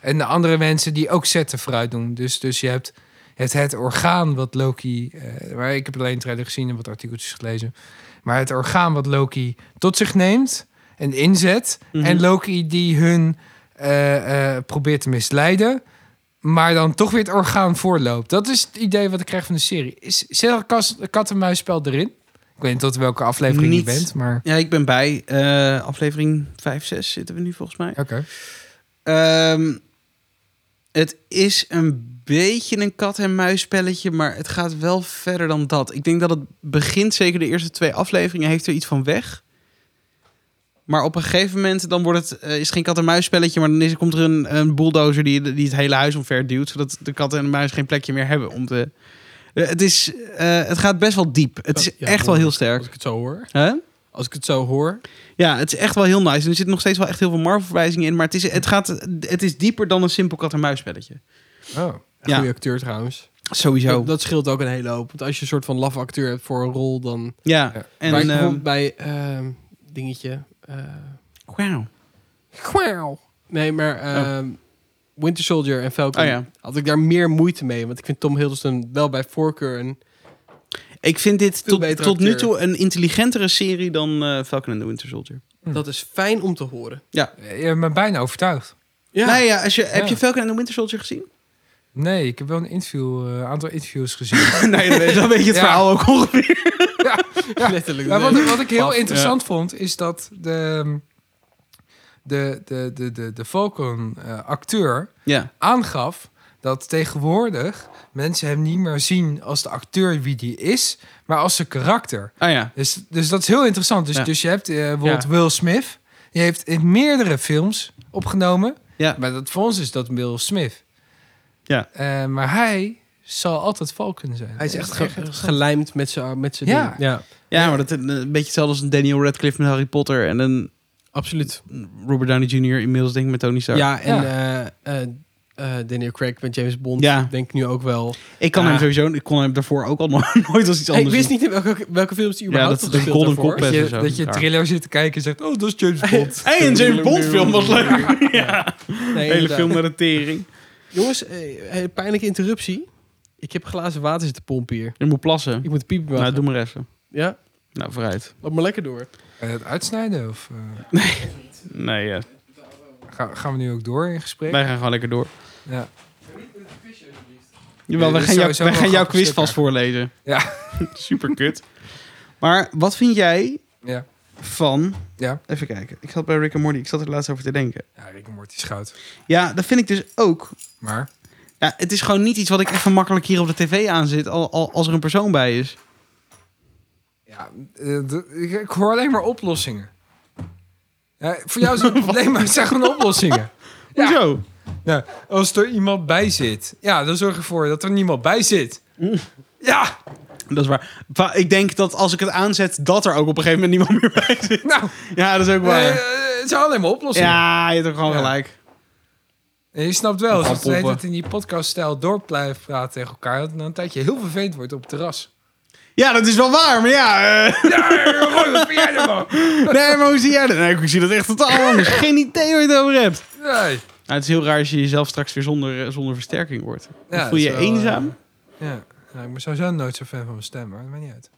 en de andere mensen die ook zetten vooruit doen. Dus, dus je hebt het, het orgaan wat Loki... eh, waar ik heb alleen de trailer gezien en wat artikeltjes gelezen... maar het orgaan wat Loki tot zich neemt en inzet... Mhm. en Loki die hun eh, eh, probeert te misleiden... Maar dan toch weer het orgaan voorloopt. Dat is het idee wat ik krijg van de serie. Is, zit er een kas- kat en muisspel erin? Ik weet niet tot welke aflevering Niet. je bent, maar... Ja, ik ben bij eh, aflevering 5, 6 zitten we nu volgens mij. Oké. Ehm, het is een beetje een kat-en-muisspelletje, maar het gaat wel verder dan dat. Ik denk dat het begint, zeker de eerste twee afleveringen, heeft er iets van weg. Maar op een gegeven moment dan wordt het, eh, is het geen kat-en-muisspelletje, maar dan is, komt er een, een bulldozer die, die het hele huis omver duwt, zodat de kat en de muis geen plekje meer hebben om te... Eh, Het, is, eh, het gaat best wel diep. Het is Ja, echt wel hoor. heel Als sterk. ik het zo hoor. Huh? Als ik het zo hoor. Ja, het is echt wel heel nice. En er zit nog steeds wel echt heel veel Marvel-verwijzingen in. Maar het is, het, gaat, het is dieper dan een simpel kat-en-muis spelletje. Oh. Ja. Goede acteur trouwens. Sowieso. Dat, dat scheelt ook een hele hoop. Want als je een soort van laffe acteur hebt voor een rol, dan... ja. Ja. En maar ehm, ik bijvoorbeeld bij ehm, dingetje... eh, wauw. Nee, maar ehm, Winter Soldier en Falcon Oh ja. had ik daar meer moeite mee. Want ik vind Tom Hiddleston wel bij voorkeur een... Ik vind dit Veel tot, betere tot nu acteur. toe een intelligentere serie dan eh, Falcon and the Winter Soldier. Dat is fijn om te horen. Je hebt me bijna overtuigd. Ja. Nou ja, als je, heb Ja. je Falcon and the Winter Soldier gezien? Nee, ik heb wel een interview, eh, aantal interviews gezien. nee, dan weet, dan weet je het Ja. verhaal ook ongeveer. Letterlijk. Maar Nee. wat, wat ik heel Paf, interessant vond, is dat de, de, de, de, de, de eh, Falcon-acteur Ja. aangaf dat tegenwoordig mensen hem niet meer zien als de acteur wie die is, maar als zijn karakter. Ah ja. Dus, dus dat is heel interessant. Dus, Ja. dus je hebt eh, bijvoorbeeld Ja. Will Smith, die heeft in meerdere films opgenomen, Ja. maar dat voor ons is dat Will Smith. Ja. Eh, maar hij zal altijd Falcon zijn. Hij is Dat echt ge- gelijmd met zijn met zijn Ja. ding. ja, Ja, maar dat eh, een een beetje hetzelfde als een Daniel Radcliffe met Harry Potter en een absoluut. Robert Downey Jr. inmiddels denk ik met Tony Stark. Ja, en eh, eh, eh, Daniel Craig met James Bond Ja. denk ik nu ook wel. Ik kan Ja. hem sowieso, ik kon hem daarvoor ook al nooit nooit als iets Hey, ik anders wist zien. niet in welke, welke films hij Ja, überhaupt dat had is de gespeeld Golden daarvoor. Compass. Dat je, Zo, dat je daar. thriller zit te kijken en zegt, oh, dat is James Bond. Hey, een James Bond film was leuk. ja. Nee, Hele inderdaad. film naar de tering. Jongens, eh, eh, pijnlijke interruptie. Ik heb glazen water zitten pompen hier. Je moet plassen. Ik moet piepen Nou, maken. doe maar even. Ja, Nou, vooruit. loop maar lekker door. Ga je het uitsnijden? Of eh, Nee, ja. ga- gaan we nu ook door in gesprek? wij gaan gewoon lekker door. Eh, Ja. Jawel, Ja, wij gaan, dit jou, is sowieso wij wel gaan jouw grappig quiz stuk, vast hè? voorlezen. Ja. Super kut. Maar wat vind jij Ja. van... Ja. Even kijken. Ik zat bij Rick en Morty. Ik zat er laatst over te denken. Ja, Rick en Morty is goud. Ja, dat vind ik dus ook. Maar Ja, het is gewoon niet iets wat ik even makkelijk hier op de tv aanzit... Al, al, als er een persoon bij is. ja, eh, d- ik, ik hoor alleen maar oplossingen. Ja, voor jou is het een probleem, maar het zijn gewoon oplossingen. Ja. Hoezo? Nou, als er iemand bij zit, ja, dan zorg ervoor dat er niemand bij zit. Ja, Dat is waar. Va- Ik denk dat als ik het aanzet... dat er ook op een gegeven moment niemand meer bij zit. nou, Ja, dat is ook eh, waar. het zijn alleen maar oplossingen. Ja, je hebt ook gewoon Ja. gelijk. En je snapt wel, als Gaan je poppen. het in die podcaststijl door blijft praten tegen elkaar, dat het na een tijdje heel vervelend wordt op het terras. Ja, dat is wel waar, maar ja... eh. Ja, Roy, wat vind jij ervan? Nee, maar hoe zie jij dat? Nee, ik zie dat echt totaal anders. Geen idee waar je het over hebt. Nee. Nou, het is heel raar als je jezelf straks weer zonder, eh, zonder versterking wordt. Dan Ja, voel je je dat is wel, eenzaam. Ja, nou, ik ben sowieso nooit zo fan van mijn stem, maar dat maakt niet uit.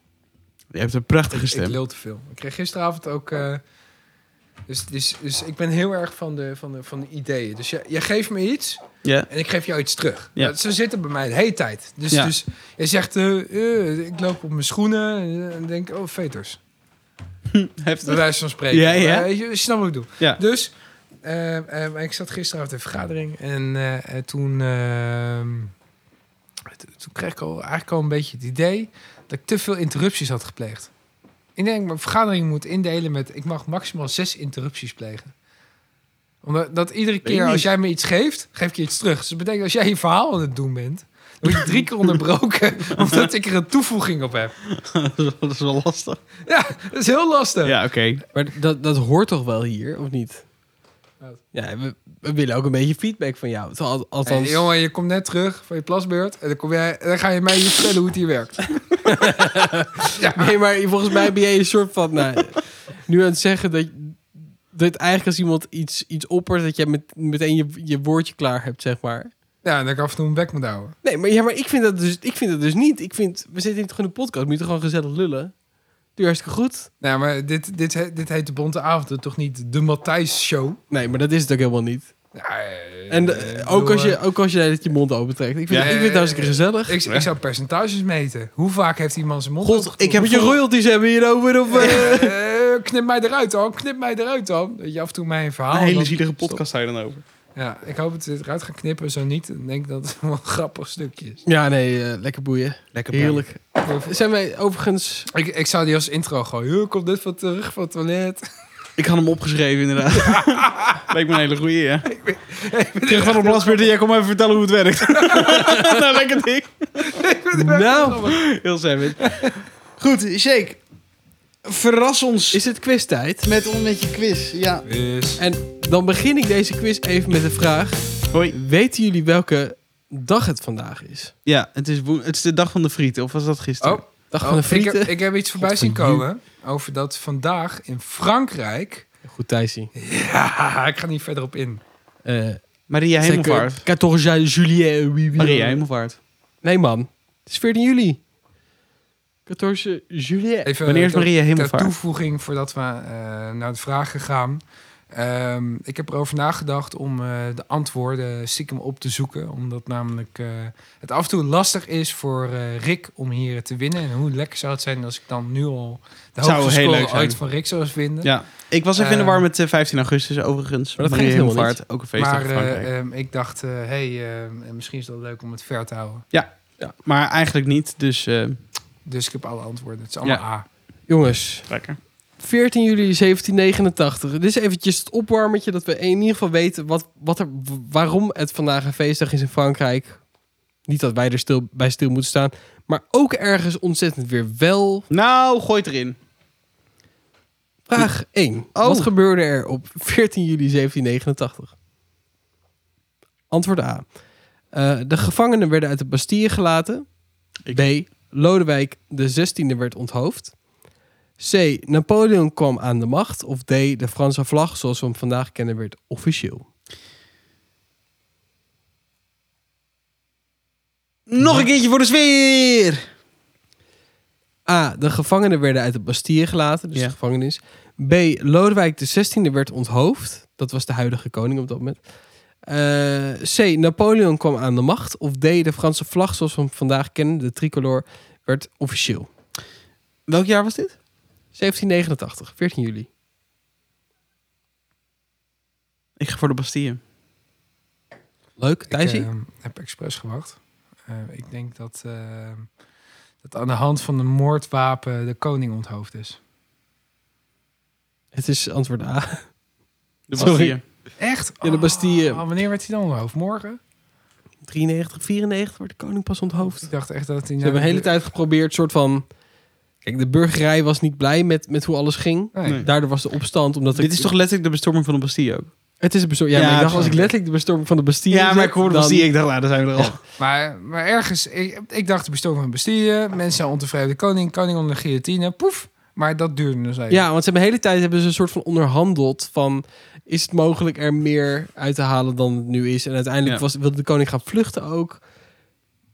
Je hebt een prachtige Ik stem. lul te veel. Ik kreeg gisteravond ook. eh, dus, dus, dus ik ben heel erg van de, van de, van de ideeën. Dus je, je geeft me iets Ja. en ik geef jou iets terug. Ja. Ja. ze zitten bij mij de hele tijd. Dus, Ja. dus je zegt, eh, eh, ik loop op mijn schoenen eh, en denk, oh, veters. Bij Heftig. wijze van spreken. Ja, ja. Maar, eh, je, je snapt wat ik bedoel. Ja. Dus eh, eh, maar ik zat gisteravond in een vergadering en eh, eh, toen, eh, t- toen kreeg ik al, eigenlijk al een beetje het idee dat ik te veel interrupties had gepleegd. Ik denk, mijn vergadering moet indelen met ik mag maximaal zes interrupties plegen. Omdat dat iedere keer niet. als jij me iets geeft, geef ik je iets terug. Dus dat betekent als jij je verhaal aan het doen bent, dan word je drie keer onderbroken omdat ik er een toevoeging op heb. dat is wel lastig. Ja, dat is heel lastig. Ja, oké. Maar dat, dat hoort toch wel hier, of niet? Wat? Ja, we, we willen ook een beetje feedback van jou. Al- Hey, Althans, jongen, je komt net terug van je plasbeurt en dan, kom jij, en dan ga je mij hier vertellen hoe het hier werkt. nee, maar volgens mij ben jij een soort van... Nou, nu aan het zeggen dat, dat eigenlijk als iemand iets, iets oppert... dat jij met, meteen je, je woordje klaar hebt, zeg maar. Ja, en dat ik af en toe mijn bek moet houden. Nee, maar, ja, maar ik, vind dat dus, ik vind dat dus niet. Ik vind, we zitten hier toch in de podcast. We moeten gewoon gezellig lullen. Doe hartstikke goed. Nou, maar dit, dit, he- dit heet de Bonte Avond, en toch niet de Matthijs Show? Nee, maar dat is het ook helemaal niet. Ja, eh, En eh, eh, ik ook, bedoel, als je, eh, ook als je net je mond opentrekt. Ik vind, Ja, ik vind ja, het ja, hartstikke ja. gezellig. Ik, ik zou percentages meten. Hoe vaak heeft iemand zijn mond God, ik heb Moet je voor- royalties hebben hierover? Of, eh? Eh, knip mij eruit dan, knip mij eruit dan. Dat je af en toe mijn verhaal... een hele dan- zielige podcast daar dan over. Stop. Ja, ik hoop dat ze het eruit gaan knippen. Zo niet, dan denk ik dat het wel een grappig stukje is. Ja, nee, eh, lekker boeien. Lekker Heerlijk. Zijn wij overigens... Ik, ik zou die als intro gooien. Hoe komt dit van terug van het toilet? Ik had hem opgeschreven, inderdaad. Leek me een hele goeie, hè? Terug van op Blasbeurt en jij komt even vertellen hoe het werkt. nou, lekker ding. Nou, Heel savage. Goed, Shake. Verras ons is het quiztijd. met, on- met je quiz. Ja. Dus, En dan begin ik deze quiz even met de vraag. Hoi. Weten jullie welke dag het vandaag is? Ja, het is, woen- het is de dag van de frieten. Of was dat gisteren? oh, Dag oh, van de ik, heb, frieten. ik heb iets voorbij zien komen over dat vandaag in Frankrijk... Goed, Thijsie. Ja, ik ga niet verder op in. Eh, Maria zeg, eh, Hemelvaart. 14 juillet. oui, oui. Maria Hemelvaart. Eh, Nee, man. Het is 14 juli. 14 juillet. Even Wanneer is ter- Maria ter Hemelvaart? toevoeging voordat we eh, naar de vragen gaan. Ehm, ik heb erover nagedacht om eh, de antwoorden stiekem op te zoeken. Omdat namelijk eh, het af en toe lastig is voor eh, Rick om hier te winnen. En hoe lekker zou het zijn als ik dan nu al de Zou hoogste heel score leuk zijn. ooit van Rick zou eens vinden. Ja. Ik was even in de Eh, war met eh, 15 augustus, overigens. Maar dat Maria geeft helemaal Hemelvaart, ook een feestdag maar in eh, Frankrijk. ehm, ik dacht, hé, hey, ehm, misschien is het wel leuk om het ver te houden. maar eigenlijk niet, dus eh, Dus ik heb alle antwoorden. Het is allemaal A. Jongens, lekker. 14 juli 1789. Dit is eventjes het opwarmetje dat we in ieder geval weten wat, wat er, w- waarom het vandaag een feestdag is in Frankrijk. Niet dat wij er stil, bij stil moeten staan, maar ook ergens ontzettend weer wel. Nou, gooi het erin. Vraag 1. Oh. Wat gebeurde er op 14 juli 1789? Antwoord A. Eh, de gevangenen werden uit de Bastille gelaten. B. Lodewijk de 16e werd onthoofd. C. Napoleon kwam aan de macht. Of D. De Franse vlag, zoals we hem vandaag kennen, werd officieel. Nog een keertje voor de sfeer! A. De gevangenen werden uit de Bastille gelaten, dus Ja. de gevangenis. B. Lodewijk XVI werd onthoofd. Dat was de huidige koning op dat moment. Eh, C. Napoleon kwam aan de macht. Of D. De Franse vlag, zoals we hem vandaag kennen, de tricolor, werd officieel. Welk jaar was dit? 1789, 14 juli. Ik ga voor de Bastille. Leuk, Ik Thijsie? ehm, heb expres gewacht. Eh, ik denk dat, ehm, dat aan de hand van de moordwapen de koning onthoofd is. Het is antwoord A. De Sorry. Bastille. Echt? Ja, de Bastille. Oh, wanneer werd hij dan onthoofd? Morgen? 93, 94 werd de koning pas onthoofd. Ik dacht echt dat hij... Ze hebben de hele tijd geprobeerd, soort van... Kijk, de burgerij was niet blij met, met hoe alles ging. Nee. Nee. Daardoor was de opstand, omdat... Dit ik- is toch letterlijk de bestorming van de Bastille ook? Het is een bestorming. Ja, Ja, maar ik dacht, als precies. ik letterlijk de bestorming van de Bastille... Ja, maar zeg, ik hoorde dan- Bastille. Ik dacht, nou, daar zijn we er al. Maar, maar ergens... Ik, ik dacht de bestorming van Bastille. Mensen zijn ontevreden. De koning, koning onder de guillotine. Poef. Maar dat duurde dus even. Ja, want ze hebben de hele tijd hebben ze een soort van onderhandeld van... is het mogelijk er meer uit te halen dan het nu is? En uiteindelijk Ja. was, wilde de koning gaan vluchten ook.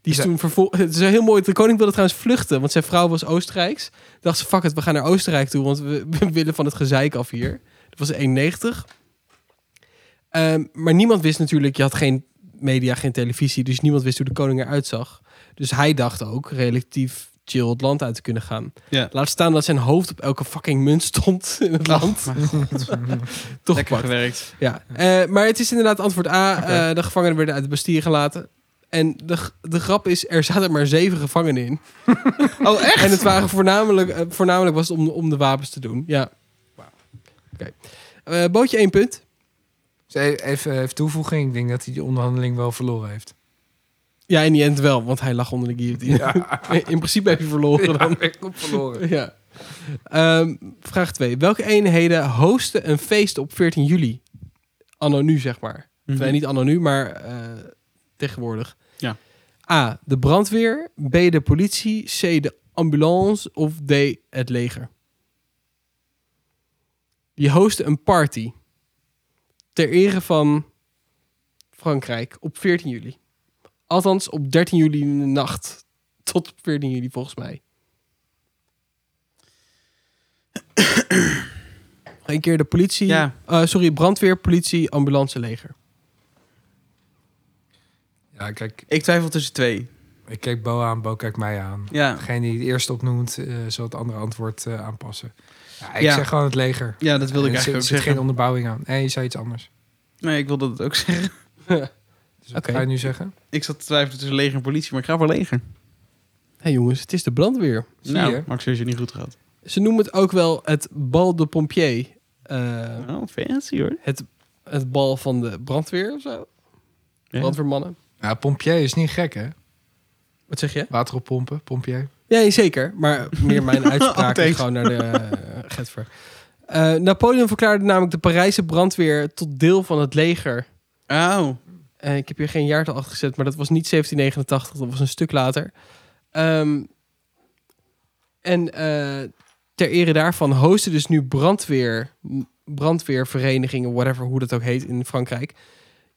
Die is Ja. toen vervol- Het is heel mooi. De koning wilde trouwens vluchten, want zijn vrouw was Oostenrijks. Dacht ze, fuck het, we gaan naar Oostenrijk toe, want we, we willen van het gezeik af hier. Dat was 1,90. Ehm, maar niemand wist natuurlijk, je had geen media, geen televisie, dus niemand wist hoe de koning eruit zag. Dus hij dacht ook relatief chill het land uit te kunnen gaan. Ja. Oh Laat staan dat zijn hoofd op elke fucking munt stond in het land. Toch Lekker gepakt. gewerkt. Ja, eh, maar het is inderdaad antwoord A. Eh, de gevangenen werden uit de Bastille gelaten. En de, g- de grap is, er zaten maar zeven gevangenen in. Oh, echt? En het waren voornamelijk, eh, voornamelijk was het om, om de wapens te doen. Ja. Oké. Eh, bootje één punt. Dus e- even, even toevoeging. Ik denk dat hij die onderhandeling wel verloren heeft. Ja, in die end wel, want hij lag onder de guillotine. In principe heb je verloren dan. ik heb verloren. Ja. Ehm, vraag 2. Welke eenheden hosten een feest op 14 juli? Anno nu, zeg maar. Mhm. Nee, niet anno nu, maar eh, tegenwoordig. Ja. A. De brandweer. B. De politie. C. De ambulance. Of D. Het leger. Die hosten een party. Ter ere van Frankrijk op 14 juli. Althans, op 13 juli in de nacht. Tot 14 juli volgens mij. Nog Een keer de politie. Ja. eh, sorry, brandweer, politie, ambulance, leger. Ja, kijk. Ik twijfel tussen twee. Ik kijk Bo aan. Bo kijkt mij aan. Ja. Degene die het eerst opnoemt, eh, zal het andere antwoord eh, aanpassen. Ja, ik Ja. zeg gewoon het leger. Eh, Ja, dat wilde ik Er zit- eigenlijk ook zit geen zeggen. onderbouwing aan. Nee, je zei iets anders. Nee, ik wilde dat ook zeggen. Dus wat Oké. ga je nu zeggen? Ik zat te twijfelen tussen leger en politie, maar ik ga voor leger. Hé jongens, het is de brandweer. Zie nou, je? Max heeft je niet goed gehad. Ze noemen het ook wel het bal de pompier. Eh, Nou, fancy hoor. het, het bal van de brandweer of zo. Ja. Brandweermannen. Nou, pompier is niet gek, hè? Wat zeg je? Water oppompen, pompier. Ja, zeker. Maar meer mijn uitspraak is Update. gewoon naar de eh, Getver. Eh, Napoleon verklaarde namelijk de Parijse brandweer tot deel van het leger. Oh, Eh, ik heb hier geen jaartal achter gezet, maar dat was niet 1789, dat was een stuk later. Ehm, en eh, ter ere daarvan hosten dus nu brandweer, brandweerverenigingen, whatever, hoe dat ook heet in Frankrijk,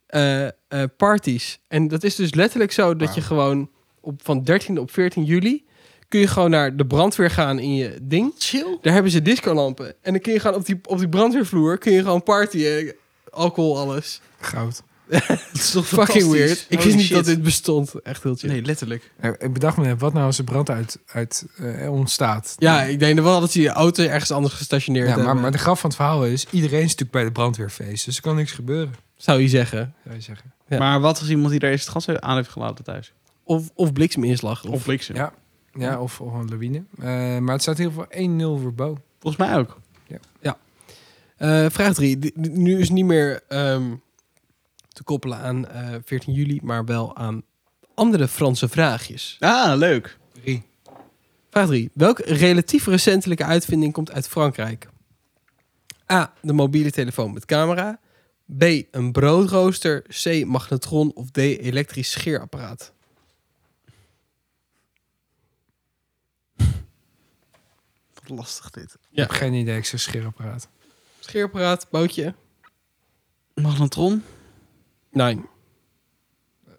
eh, eh, parties. En dat is dus letterlijk zo dat je gewoon op, van 13 op 14 juli kun je gewoon naar de brandweer gaan in je ding. chill. Daar hebben ze discolampen. En dan kun je gewoon op die, op die brandweervloer kun je gewoon partyen. Alcohol, alles. Goud. Dat is toch Fucking fantastisch? weird. Ik Holy wist niet shit. dat dit bestond. Echt heel chill. Nee, letterlijk. Eh, Ik bedacht me net, wat nou als er brand uit, uit eh, ontstaat? Ja, ik denk wel dat ze je auto ergens anders gestationeerd Ja, maar, hebben. maar de grap van het verhaal is, iedereen is natuurlijk bij de brandweerfeest. Dus er kan niks gebeuren, Zou je zeggen. zou je zeggen. Ja. Maar wat als iemand die daar eerst het gas aan heeft gelaten thuis? Of, of blikseminslag. Of, Of bliksem. Ja. Ja, of, of een lawine. Eh, maar het staat in ieder geval 1-0 voor Bo. Volgens mij ook. Eh, vraag 3. Nu is niet meer ehm, te koppelen aan eh, 14 juli, maar wel aan andere Franse vraagjes. Ah, leuk. Vraag 3. Welke relatief recentelijke uitvinding komt uit Frankrijk? A. De mobiele telefoon met camera. B. Een broodrooster. C. Magnetron. Of D. Elektrisch scheerapparaat. Wat lastig dit. Ja. Ik heb geen idee, ik zeg scheerapparaat. Scheerapparaat, bootje. Magnetron? Nee.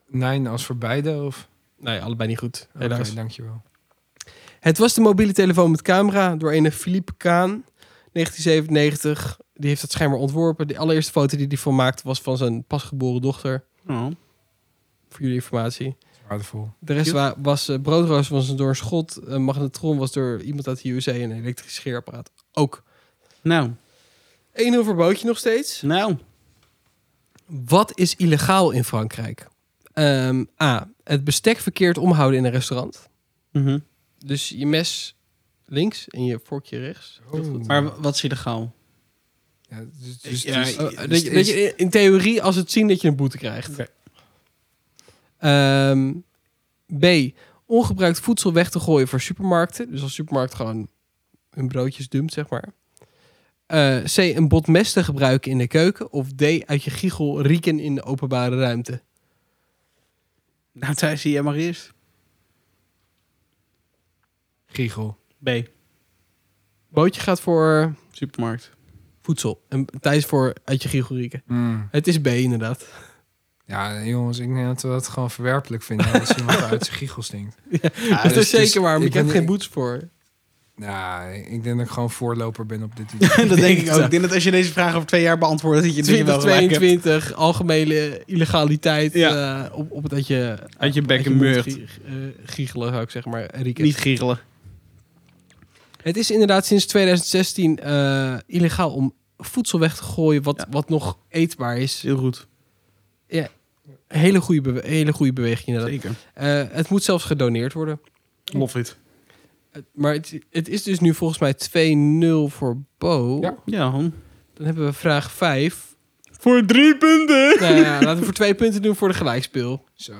Nein als voor beide, of? Nee, allebei niet goed. Oké, Helaas. dankjewel. Het was de mobiele telefoon met camera door een Philippe Kaan, 1997. Die heeft dat schijnbaar ontworpen. De allereerste foto die hij van maakte was van zijn pasgeboren dochter. Oh. Voor jullie informatie. Waardevol. De rest Cute. wa- was eh, broodrooster was door een schot. Een magnetron was door iemand uit de USA. En een elektrisch scheerapparaat ook. Nou, 1-0 voor bootje nog steeds. nou. Wat is illegaal in Frankrijk? Ehm, A. Het bestek verkeerd omhouden in een restaurant. Mhm. Dus je mes links en je vorkje rechts. Oh. Maar w- wat is illegaal? Ja, dus, dus, Ja, dus- ik- Eh, dus- dat, je, dat je in- in theorie, als ze het zien, dat je een boete krijgt. Oké. Ehm, B. Ongebruikt voedsel weg te gooien voor supermarkten. Dus als supermarkt gewoon hun broodjes dumpt, zeg maar. Eh, C. Een bot mes te gebruiken in de keuken. Of D. Uit je giegel rieken in de openbare ruimte. Nou, Thijs, jij mag eerst. Giegel. B. Bootje gaat voor Supermarkt. voedsel. En Thijs voor uit je giegel rieken. Hmm. Mm. Het is B, inderdaad. Ja, jongens, ik denk dat we dat gewoon verwerpelijk vinden als iemand uit zijn giegel stinkt. Ja, dat is dus- dus zeker waar, ik maar ik heb ben- geen boetes voor. Nou, ik denk dat ik gewoon voorloper ben op dit idee. dat denk ik ook. Ik denk dat als je deze vraag over twee jaar beantwoordt, dat je dat je wel gelijk hebt. 2022, algemene illegaliteit. Ja. eh, op, op het dat je Uit je bek uit en mond murt. gie- eh, giechelen, zou ik zeggen, maar Rieke. Niet giechelen. Het is inderdaad sinds 2016 eh, illegaal om voedsel weg te gooien wat, Ja. wat nog eetbaar is. Heel goed. Hele goede, bewe- hele goede beweging inderdaad. Zeker. Eh, het moet zelfs gedoneerd worden. Love it. Eh, maar het, het is dus nu volgens mij 2-0 voor Bo. Ja. Ja, hon. Dan hebben we vraag 5. Voor drie punten! nou ja, laten we voor twee punten doen voor de gelijkspeel. Zo.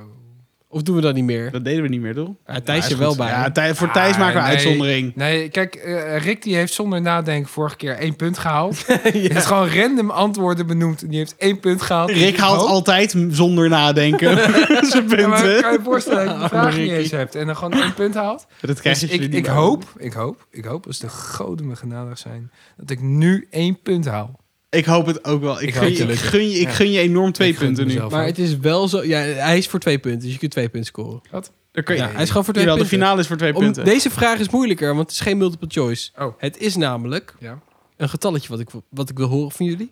Of doen we dat niet meer? Dat deden we niet meer, toch? Ja, Thijs is er wel goed. bij. Ja, Thij- voor Thijs Ah, maken we nee. uitzondering. Nee, kijk, eh, Rick die heeft zonder nadenken vorige keer één punt gehaald. Ja. Die heeft gewoon random antwoorden benoemd en die heeft één punt gehaald. Rick haalt Oh. altijd m- zonder nadenken zijn Ja, maar punten. kan je je voorstellen dat je de vraag niet Ricky. eens hebt en dan gewoon één punt haalt? Dat krijg Dus je ik, niet ik bij. hoop, ik hoop, ik hoop, als de goden me genadig zijn, dat ik nu één punt haal. Ik hoop het ook wel. Ik, Ik gun, hoop je, het ik, lukt. gun, je, ik Ja. gun je enorm twee Ik gun punten nu. mezelf Maar ook. het is wel zo. Ja, hij is voor twee punten, dus je kunt twee punten scoren. Dan kun je, Ja, hij is gewoon voor twee Jawel, de punten. finale is voor twee punten. Om, deze vraag is moeilijker, want het is geen multiple choice. Oh. Het is namelijk Ja. een getalletje wat ik, wat ik wil horen van jullie.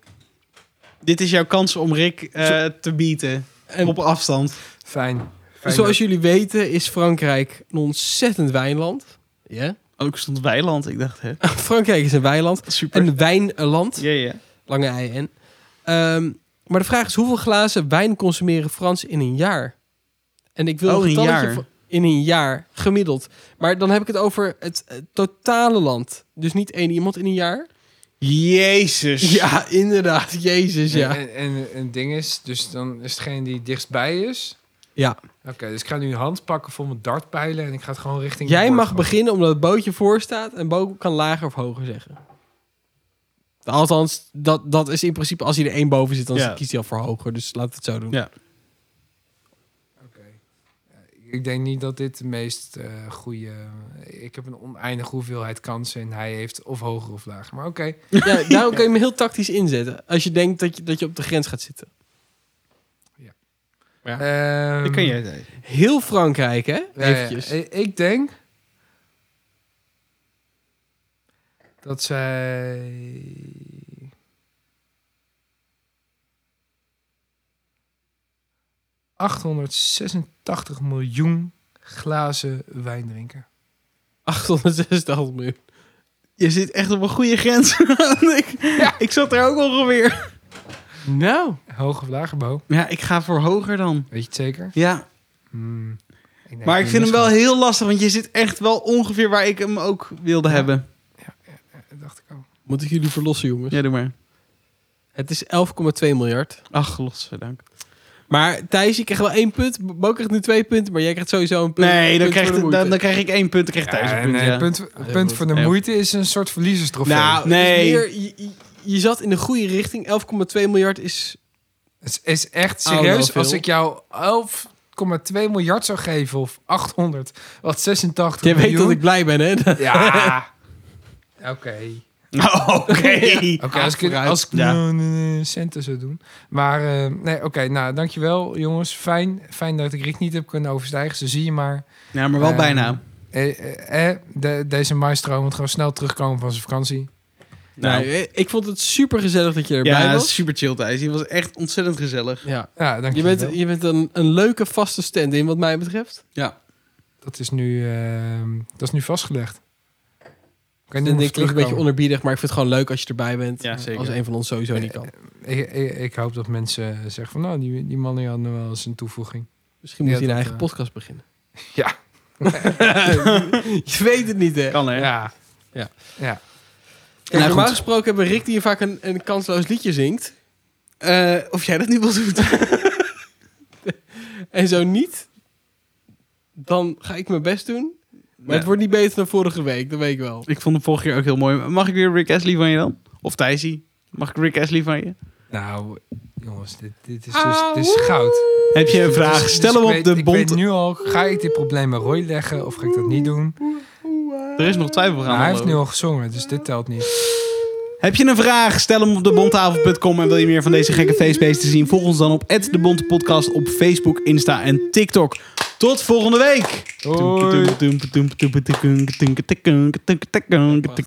Dit is jouw kans om Rick eh, te bieten. En op afstand. Fijn. Fijn zoals dat- jullie weten is Frankrijk een ontzettend wijnland. Ja. Ook stond Weiland. Ik dacht, hè? Ah, Frankrijk is een weiland. Super. Een wijnland. Ja, ja. Lange ei en. Ehm, Maar de vraag is, hoeveel glazen wijn consumeren Frans in een jaar? En ik wil Oh, een in een getalletje jaar. van- in een jaar, gemiddeld. Maar dan heb ik het over het eh, totale land. Dus niet één iemand in een jaar. Jezus. Ja, inderdaad. Jezus, Dus ja. En, en, en het ding is, dus dan is hetgene die dichtstbij is. Ja. Oké, dus ik ga nu een hand pakken vol met dartpijlen en ik ga het gewoon richting. het Jij bord mag gooien. beginnen omdat het bootje voor staat en Bo kan lager of hoger zeggen. Althans, dat, dat is in principe als hij er één boven zit, dan Ja. kiest hij al voor hoger. Dus laat het zo doen. Ja. Oké. Ja, Ik denk niet dat dit de meest eh, goede. Ik heb een oneindige hoeveelheid kansen en hij heeft of hoger of lager. Maar oké. Ja, daarom kun je hem heel tactisch inzetten. Als je denkt dat je, dat je op de grens gaat zitten. Ehm, Dat kan jij zijn. Heel Frankrijk, hè? ja, ja. Eventjes. I- Ik denk dat zij. ...886 miljoen glazen wijn drinken. 886 miljoen. Je zit echt op een goede grens. ik, ik zat er ook ongeveer. Nou. Hoog of lager, Bo? Ja, ik ga voor hoger dan. Weet je het zeker? Ja, Hmm. denk maar ik dat vind hem wel misschien- heel lastig, want je zit echt wel ongeveer waar ik hem ook wilde hebben. Dat dacht ik al. Moet ik jullie verlossen, jongens? Ja, doe maar. Het is 11,2 miljard. Ach, godzijdank. Maar Thijs, je krijgt wel één punt. Bo krijgt nu twee punten, maar jij krijgt sowieso een punt. Nee, dan Punt krijg, voor de dan, moeite. dan krijg ik één punt. Dan krijg Thijs Ja, een en, punt, eh, ja. punt, punt voor de Ja. moeite is een soort verliezerstrofee. Nou, Nou, nee. Nee. je, je- je zat in de goede richting. 11,2 miljard is... Het is echt Oh, wel serieus. veel. Als ik jou 11,2 miljard zou geven of 800, wat 86 Jij weet dat miljoen. ik blij ben, hè? Ja. Oké. Oké. Oké, als ik, vooruit. als ik Ja. nou, nee, nee, centen zou doen. Maar eh, nee, oké. nou, dankjewel jongens. Fijn, fijn dat ik Rick niet heb kunnen overstijgen. Zo zie je maar. Ja, Nou, maar wel Eh, bijna. Eh, eh, eh, de- deze maestro moet gewoon snel terugkomen van zijn vakantie. Nou, Nee, ik vond het super gezellig dat je erbij ja, was. super chill Thijs. Die was echt ontzettend gezellig. Ja. Ja, Je dankjewel. bent, je bent een, een leuke vaste stand-in wat mij betreft. Ja. Dat is nu, ehm, dat is nu vastgelegd. Kan En je dan niet denk ik een beetje terugkomen. onerbiedig, maar ik vind het gewoon leuk als je erbij bent. Ja, zeker. Als een van ons sowieso niet kan. ik, ik, ik hoop dat mensen zeggen van, nou, die, die man die had nog wel eens een toevoeging. Misschien moet Ja, hij een dat, eigen eh, podcast beginnen. Ja. je weet het niet, hè? Kan hè? Ja. Ja. ja. Kijk, Nou, normaal goed. gesproken hebben we Rick die hier vaak een, een kansloos liedje zingt. Eh, of jij dat nu wil doen? En zo niet, dan ga ik mijn best doen. Maar het wordt niet beter dan vorige week, dat weet ik wel. Ik vond de vorige keer ook heel mooi. Mag ik weer Rick Astley van je dan? Of Thijsie? Mag ik Rick Astley van je? Nou, jongens, dit, dit, is, dus, dit is goud. Heb je een vraag? Dus Stel ik hem op weet- de Ik weet bond. nu al, ga ik dit probleem bij Roy leggen of ga ik dat niet doen? Er is nog twijfel Maar Nou, hij heeft aan. nu al gezongen, dus dit telt niet. Heb je een vraag? Stel hem op debontafel.com. En wil je meer van deze gekke feestbeesten zien? Volg ons dan op @debontepodcast op Facebook, Insta en TikTok. Tot volgende week! Hoi.